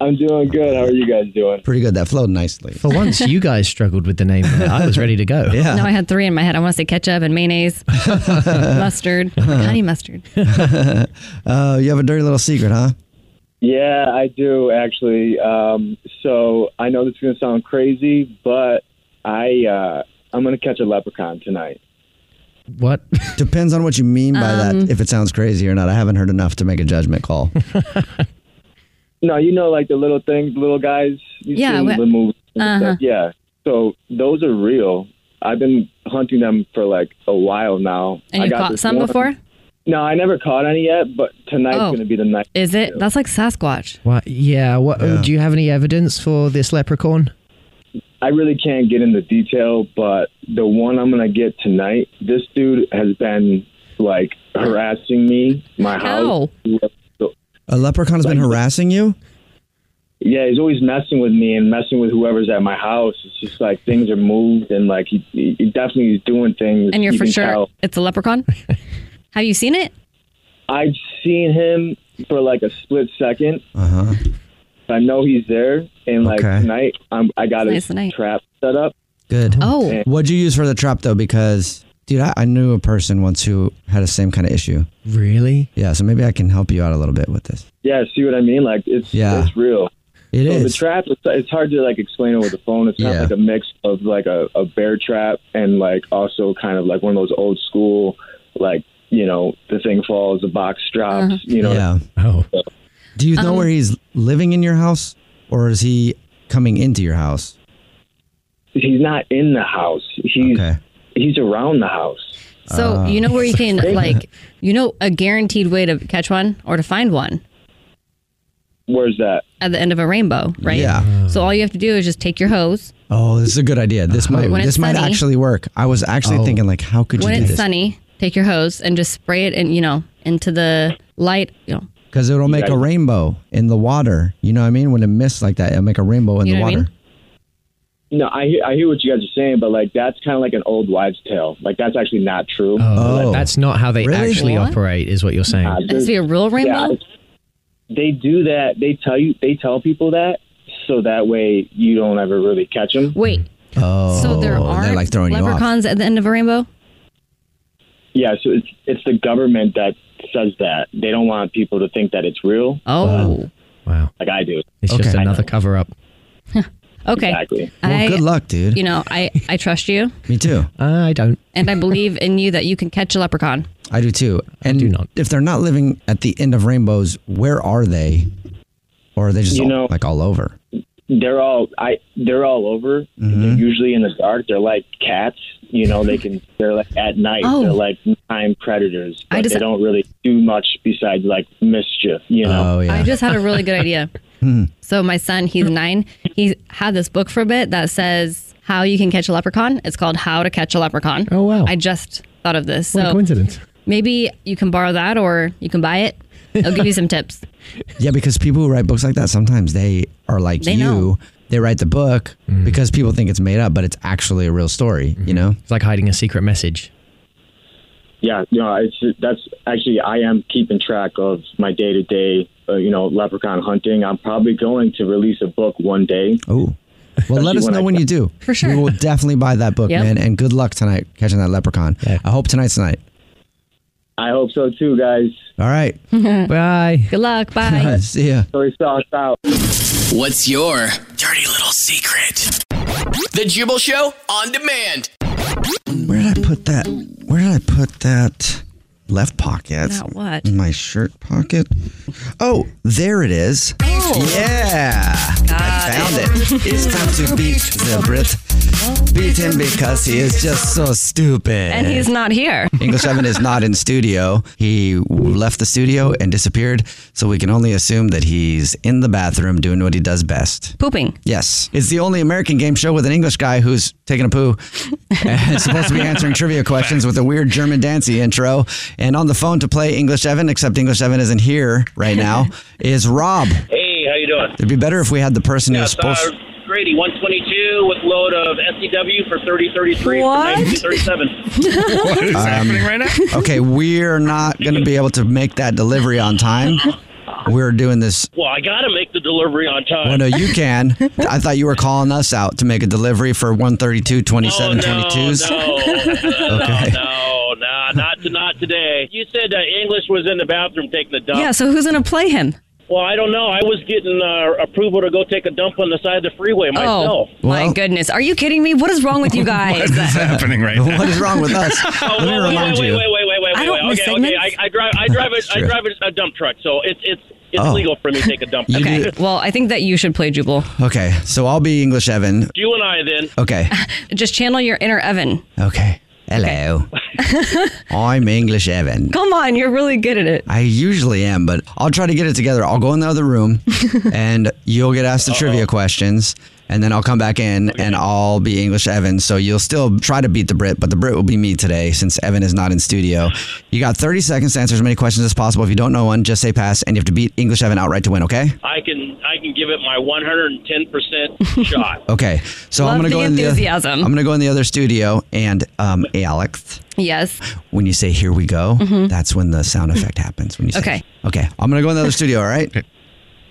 Speaker 15: I'm doing good. How are you guys doing?
Speaker 1: Pretty good. That flowed nicely.
Speaker 9: For once, you guys struggled with the name. I was ready to go.
Speaker 1: Yeah.
Speaker 8: No, I had three in my head. I want to say ketchup and mayonnaise, mustard, honey mustard.
Speaker 1: uh, you have a dirty little secret, huh?
Speaker 15: Yeah, I do actually. Um, so I know this is gonna sound crazy, but I uh, I'm gonna catch a leprechaun tonight.
Speaker 1: What? Depends on what you mean by
Speaker 15: Um,
Speaker 1: that. If it sounds crazy or not, I haven't heard enough to make a judgment call.
Speaker 15: No, you know, like the little things, the little guys. You
Speaker 8: Yeah,
Speaker 15: see
Speaker 8: we-
Speaker 15: in the movies. and
Speaker 8: Uh-huh.
Speaker 15: stuff. Yeah. So those are real. I've been hunting them for like a while now.
Speaker 8: And
Speaker 15: I
Speaker 8: you
Speaker 15: got
Speaker 8: caught
Speaker 15: this
Speaker 8: some
Speaker 15: one-
Speaker 8: before?
Speaker 15: No, I never caught any yet, but tonight's
Speaker 8: Oh.
Speaker 15: gonna be the night.
Speaker 8: Is it? That's like Sasquatch.
Speaker 9: What? Yeah. What? oh,
Speaker 15: Yeah.
Speaker 9: Do you have any evidence for this leprechaun?
Speaker 15: I really can't get into detail, but the one I'm gonna get tonight, this dude has been like harassing me, my house.
Speaker 1: A leprechaun has been harassing you?
Speaker 15: Yeah, he's always messing with me and messing with whoever's at my house. It's just like things are moved and like he, he he definitely is doing things.
Speaker 8: And you're
Speaker 15: you
Speaker 8: for
Speaker 15: can
Speaker 8: sure
Speaker 15: tell.
Speaker 8: it's a leprechaun. Have you seen it?
Speaker 15: I've seen him for like a split second.
Speaker 1: Uh huh.
Speaker 15: I know he's there, and like
Speaker 1: Okay.
Speaker 15: tonight, I'm, I got
Speaker 1: Tonight's
Speaker 15: his trap set up.
Speaker 1: Good.
Speaker 15: Oh.
Speaker 1: What'd you use for the trap though? Because Dude, I, I knew a person once who had the same kind of issue.
Speaker 9: Really?
Speaker 1: Yeah, so maybe I can help you out a little bit with this.
Speaker 15: Yeah, see what I mean? Like it's
Speaker 1: Yeah.
Speaker 15: it's real.
Speaker 1: It
Speaker 15: so
Speaker 1: is.
Speaker 15: The trap it's, it's hard to like explain over the phone. It's kind
Speaker 1: Yeah.
Speaker 15: of like a mix of like a, a bear trap and like also kind of like one of those old school like, you know, the thing falls, the box drops,
Speaker 1: Uh-huh.
Speaker 15: you know.
Speaker 1: Yeah.
Speaker 9: Oh.
Speaker 1: Do you know
Speaker 15: Um,
Speaker 1: where he's living in your house or is he coming into your house?
Speaker 15: He's not in the house. He's he's around the house.
Speaker 8: So
Speaker 1: Uh,
Speaker 8: you know where you can like you know a guaranteed way to catch one or to find one
Speaker 15: Where's that?
Speaker 8: at the end of a rainbow, right?
Speaker 1: Yeah.
Speaker 8: So all you have to do is just take your hose
Speaker 1: Oh, this is a good idea. This might
Speaker 8: When
Speaker 1: this
Speaker 8: it's
Speaker 1: might
Speaker 8: sunny.
Speaker 1: actually work. I was actually
Speaker 8: Oh.
Speaker 1: thinking like how could you
Speaker 8: when
Speaker 1: do
Speaker 8: it's
Speaker 1: this?
Speaker 8: sunny. Take your hose and just spray it and you know into the light. You know,
Speaker 1: Cuz it'll make
Speaker 8: Yeah.
Speaker 1: a rainbow in the water. You know what I mean? When it mists like that, it'll make a rainbow in
Speaker 8: You
Speaker 1: the
Speaker 8: know what I
Speaker 1: water.
Speaker 8: mean?
Speaker 15: No, I hear, I hear what you guys are saying, but like that's kind of like an old wives' tale. Like that's actually not true.
Speaker 1: Oh,
Speaker 9: Like, that's not how they actually
Speaker 15: What?
Speaker 9: operate, is what you're saying.
Speaker 15: Uh,
Speaker 8: This be a real rainbow.
Speaker 15: they do that. They tell you. They tell people that so that way you don't ever really catch them.
Speaker 8: Wait.
Speaker 1: Oh,
Speaker 8: so there are leprechauns at the end of a rainbow.
Speaker 15: Yeah, so it's it's the government that says that. They don't want people to think that it's real.
Speaker 8: Oh.
Speaker 9: Wow.
Speaker 15: Like I do.
Speaker 9: It's just another cover up.
Speaker 8: Okay.
Speaker 15: Exactly.
Speaker 8: I-
Speaker 1: dude.
Speaker 8: You know, I I trust you
Speaker 1: Me too.
Speaker 9: I don't.
Speaker 8: and I believe in you that you can catch a leprechaun.
Speaker 1: I do too. And do not. if they're not living at the end of rainbows, where are they? Or are they just
Speaker 15: You
Speaker 1: all-
Speaker 15: know-
Speaker 1: like all over?
Speaker 15: They're all I. They're all over.
Speaker 9: Mm-hmm.
Speaker 15: They're usually in the dark. They're like cats. You know, they can. They're like at night.
Speaker 8: Oh.
Speaker 15: They're like nighttime predators.
Speaker 8: I
Speaker 15: But
Speaker 8: just-
Speaker 15: they don't really do much besides like mischief. You know.
Speaker 1: Oh
Speaker 8: I just had a really good idea.
Speaker 1: Hmm.
Speaker 8: So my son, he's nine. He had this book for a bit that says how you can catch a leprechaun. It's called How to Catch a Leprechaun. Oh wow! I just thought of this.
Speaker 9: What a
Speaker 8: so
Speaker 9: coincidence.
Speaker 8: maybe you can borrow that, or you can buy it. It'll give you some tips.
Speaker 1: Yeah, because people who write books like that sometimes they are like
Speaker 8: They
Speaker 1: you.
Speaker 8: know.
Speaker 1: They write the book because people think it's made up, but it's actually a real story. You know,
Speaker 9: Mm-hmm. it's like hiding a secret message.
Speaker 15: Yeah, you know, it's that's actually I am keeping track of my day to day, you know, leprechaun hunting. I'm probably going to release a book one day.
Speaker 1: Oh, Well, let
Speaker 15: Especially
Speaker 1: us
Speaker 15: when
Speaker 1: know
Speaker 15: I-
Speaker 1: when you do.
Speaker 8: For
Speaker 1: sure, we will definitely buy that book,
Speaker 15: Yep.
Speaker 1: man. And good luck tonight catching that leprechaun. I hope tonight's the night.
Speaker 15: I hope so too, guys.
Speaker 1: All right.
Speaker 9: Bye.
Speaker 8: Good luck.
Speaker 1: Bye. See ya.
Speaker 15: Sorry, sauce out.
Speaker 2: What's your dirty little secret? The Jubal Show on demand.
Speaker 1: Where did I put that? Where did I put that left pocket?
Speaker 2: Not what?
Speaker 1: In my shirt pocket. Oh, there it is. Yeah. I found it. It's time to beat the Brit. Beat him because he is just so stupid.
Speaker 8: And he's not here.
Speaker 1: English Evan is not in studio. He left the studio and disappeared, so we can only assume that he's in the bathroom doing what he does best.
Speaker 8: Pooping.
Speaker 1: Yes. It's the only American game show with an English guy who's taking a poo and supposed to be answering trivia questions with a weird German dancey intro. And on the phone to play English Evan, except English Evan isn't here right now, is Rob.
Speaker 19: Hey, how you doing?
Speaker 1: It'd be better if we had the person who's
Speaker 19: Yes, uh,
Speaker 1: supposed
Speaker 19: Grady, 122 with load of SCW for 3033
Speaker 20: What?
Speaker 19: from 1937.
Speaker 1: Um, okay, we're not going to be able to make that delivery on time. We're doing this
Speaker 19: Well, I got to make the delivery on time.
Speaker 1: Well, no, you can. I thought you were calling us out to make a delivery for 132,
Speaker 19: Oh,
Speaker 1: 27, 22s.
Speaker 19: No, no,
Speaker 1: Okay.
Speaker 19: no, no, not not today. You said uh, English was in the bathroom taking the dump.
Speaker 8: Yeah. So who's gonna play him?
Speaker 19: Well, I don't know. I was getting uh, approval to go take a dump on the side of the freeway myself.
Speaker 8: Oh my goodness! Are you kidding me? What is wrong with you guys?
Speaker 12: happening right now?
Speaker 1: What is wrong with us?
Speaker 19: Oh,
Speaker 1: Let me
Speaker 19: wait, wait,
Speaker 1: remind
Speaker 19: wait,
Speaker 1: you. Oh,
Speaker 19: wait, wait, wait, wait,
Speaker 8: I
Speaker 19: wait,
Speaker 8: don't
Speaker 19: wait.
Speaker 8: miss
Speaker 19: Okay, okay.
Speaker 8: segments.
Speaker 19: I, I drive, I drive,
Speaker 1: That's
Speaker 19: a, I
Speaker 1: true.
Speaker 19: drive a, a dump truck, so it's it's it's
Speaker 1: Oh.
Speaker 19: legal for me to take a dump.
Speaker 1: You
Speaker 19: okay.
Speaker 1: do-
Speaker 8: well, I think that you should play Jubal.
Speaker 1: Okay, so I'll be English Evan.
Speaker 19: You and I then.
Speaker 1: Okay,
Speaker 8: Just channel your inner Evan.
Speaker 1: okay. Hello. I'm English Evan.
Speaker 8: Come on, you're really good at it.
Speaker 1: I usually am, but I'll try to get it together. I'll go in the other room and you'll get asked the trivia questions. And then I'll come back in and I'll be English Evan. So you'll still try to beat the Brit, but the Brit will be me today since Evan is not in studio. You got 30 seconds to answer as many questions as possible. If you don't know one, just say pass and you have to beat English Evan outright to win, okay?
Speaker 19: I can I can give it my 110 percent shot.
Speaker 1: Okay. So
Speaker 19: Love
Speaker 1: I'm gonna
Speaker 19: the
Speaker 1: go in the
Speaker 19: enthusiasm.
Speaker 1: I'm gonna go in the other studio and um Alex.
Speaker 8: Yes.
Speaker 1: When you say here we go,
Speaker 8: Mhm.
Speaker 1: that's when the sound effect happens. When you say
Speaker 8: Mm-hmm. Okay.
Speaker 1: Okay. I'm gonna go in the other studio, all right?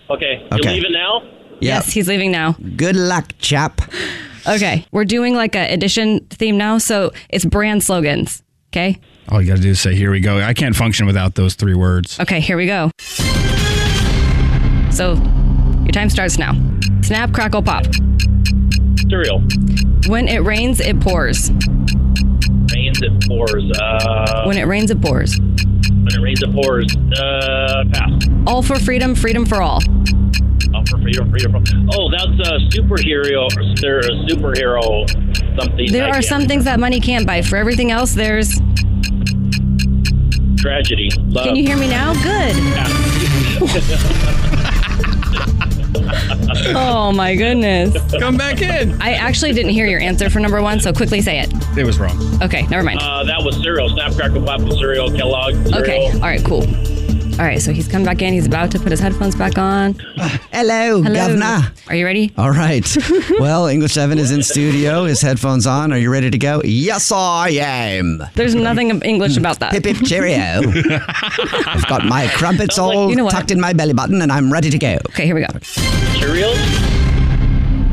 Speaker 19: Okay, you
Speaker 1: Okay.
Speaker 19: leaving now?
Speaker 8: Yes, he's leaving now.
Speaker 1: Good luck, chap.
Speaker 8: Okay, we're doing like a edition theme now, so it's brand slogans. Okay.
Speaker 12: All you got to do is say, here we go. I can't function without those three words.
Speaker 8: Okay, here we go. So, your time starts now. Snap, crackle, pop.
Speaker 19: Cereal.
Speaker 8: When it rains, it pours.
Speaker 19: Rains it pours. Uh,
Speaker 8: When it rains, it pours.
Speaker 19: When it rains it pours. Uh, pass.
Speaker 8: All for freedom, freedom for all.
Speaker 19: Oh, for freedom, freedom. Oh, that's a superhero. They're a superhero. Something.
Speaker 8: There
Speaker 19: I
Speaker 8: are
Speaker 19: can't-
Speaker 8: some things that money can't buy. For everything else, there's.
Speaker 19: tragedy. Love.
Speaker 8: Can you hear me now? Good. oh my goodness.
Speaker 12: Come back in.
Speaker 8: I actually didn't hear your answer for number one, so quickly say it.
Speaker 12: It was wrong.
Speaker 8: Okay, never mind.
Speaker 19: Uh, that was cereal. Snap, crackle, pop, and cereal. Kellogg. Cereal.
Speaker 8: Okay, all right, cool. All right, so he's come back in. He's about to put his headphones back on.
Speaker 1: Hello, governor.
Speaker 8: Are you ready?
Speaker 1: All right. well, English Evan is in studio. His headphones on. Are you ready to go? Yes, I am.
Speaker 8: There's nothing of English about that.
Speaker 1: Hip hip cheerio. I've got my crumpets all
Speaker 8: You know what?
Speaker 1: tucked in my belly button, and I'm ready to go.
Speaker 8: Okay, here we go.
Speaker 19: Cereal.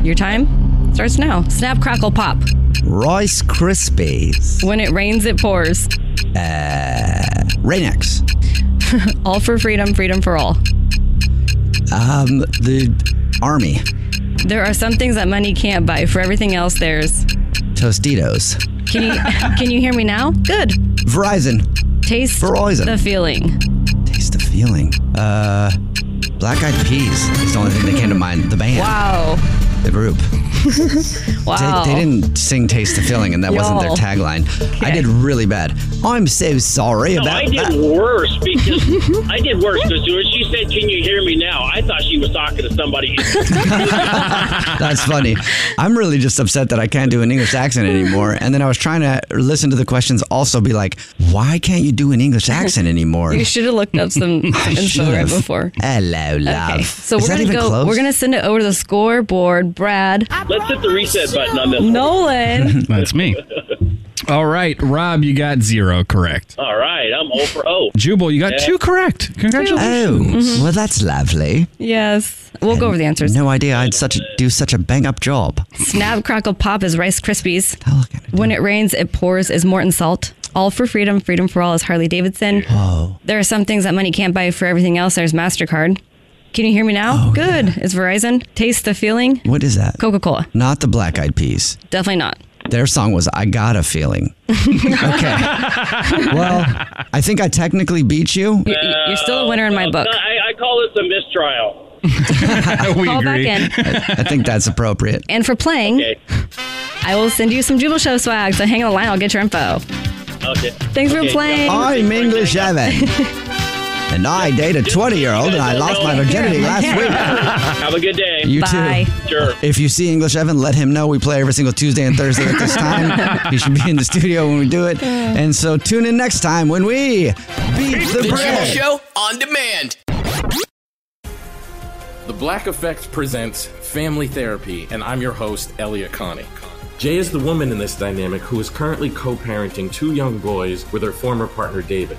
Speaker 8: Your time starts now. Snap, crackle, pop.
Speaker 1: Rice Krispies.
Speaker 8: When it rains, it pours.
Speaker 1: Uh, Rainax.
Speaker 8: all for freedom, freedom for all.
Speaker 1: Um, the army.
Speaker 8: There are some things that money can't buy. For everything else, there's.
Speaker 1: Tostitos.
Speaker 8: Can you can you hear me now? Good.
Speaker 1: Verizon.
Speaker 8: Taste
Speaker 1: Verizon.
Speaker 8: the feeling.
Speaker 1: Taste of feeling. Uh, Black Eyed Peas is the only thing that came to mind. The band.
Speaker 8: Wow.
Speaker 1: The group.
Speaker 8: Wow.
Speaker 1: They, they didn't sing "Taste the Feeling," and that wasn't their
Speaker 8: Y'all.
Speaker 1: tagline. I did really bad. I'm so sorry
Speaker 19: No,
Speaker 1: about
Speaker 19: I did
Speaker 1: that.
Speaker 19: worse because I did worse because when she said, "Can you hear me now?" I thought she was talking to somebody.
Speaker 1: That's funny. I'm really just upset that I can't do an English accent anymore. And then I was trying to listen to the questions, also be like, why can't you do an English accent anymore?
Speaker 8: You should have looked up some
Speaker 1: I
Speaker 8: info right
Speaker 1: should've.
Speaker 8: before.
Speaker 1: Hello, love.
Speaker 8: Okay, so
Speaker 1: Is
Speaker 8: we're
Speaker 1: that
Speaker 8: gonna
Speaker 1: even
Speaker 8: go.
Speaker 1: close?
Speaker 8: We're gonna send it over to the scoreboard, Brad.
Speaker 19: Let's hit the reset button on this.
Speaker 8: Nolan.
Speaker 12: That's me. All right, Rob, you got zero correct.
Speaker 19: All right, I'm 0 for 0.
Speaker 12: Jubal, you got
Speaker 19: Yeah.
Speaker 12: two correct.
Speaker 8: Mm-hmm.
Speaker 12: Congratulations.
Speaker 1: Oh, well, that's lovely.
Speaker 8: Yes, we'll go over the answers.
Speaker 1: No idea I'd such a, do such a bang up job.
Speaker 8: Snap, crackle, pop is Rice Krispies. When it rains, it pours is Morton Salt. All for freedom, freedom for all is Harley Davidson.
Speaker 1: Oh.
Speaker 8: There are some things that money can't buy. For everything else, there's Mastercard. Can you hear me now?
Speaker 1: Oh,
Speaker 8: Good. Is Verizon? Taste the feeling.
Speaker 1: What is that?
Speaker 8: Coca Cola.
Speaker 1: Not the Black Eyed Peas.
Speaker 8: Definitely not.
Speaker 1: Their song was I Got a Feeling. Well, I think I technically beat you.
Speaker 8: You're, you're still a winner in my book.
Speaker 19: Uh, I, I call this a mistrial.
Speaker 1: we
Speaker 8: Call back in.
Speaker 1: I, I think that's appropriate.
Speaker 8: And for playing, I will send you some Jubal Show swag. So hang on the line. I'll get your info.
Speaker 19: Okay.
Speaker 8: Thanks for playing.
Speaker 1: I'm English Evan. and I dated a 20 year old and I lost my virginity last week.
Speaker 19: Have a good day.
Speaker 1: You too.
Speaker 19: Sure.
Speaker 1: If you see English Evan, let him know we play every single Tuesday and Thursday at this time. he should be in the studio when we do it. And so tune in next time when we beat
Speaker 2: The
Speaker 1: the
Speaker 2: Jubal
Speaker 1: bread.
Speaker 2: Show on demand.
Speaker 21: The Black Effect presents Family Therapy, and I'm your host, Elliot Connie. Jay is the woman in this dynamic who is currently co parenting two young boys with her former partner, David.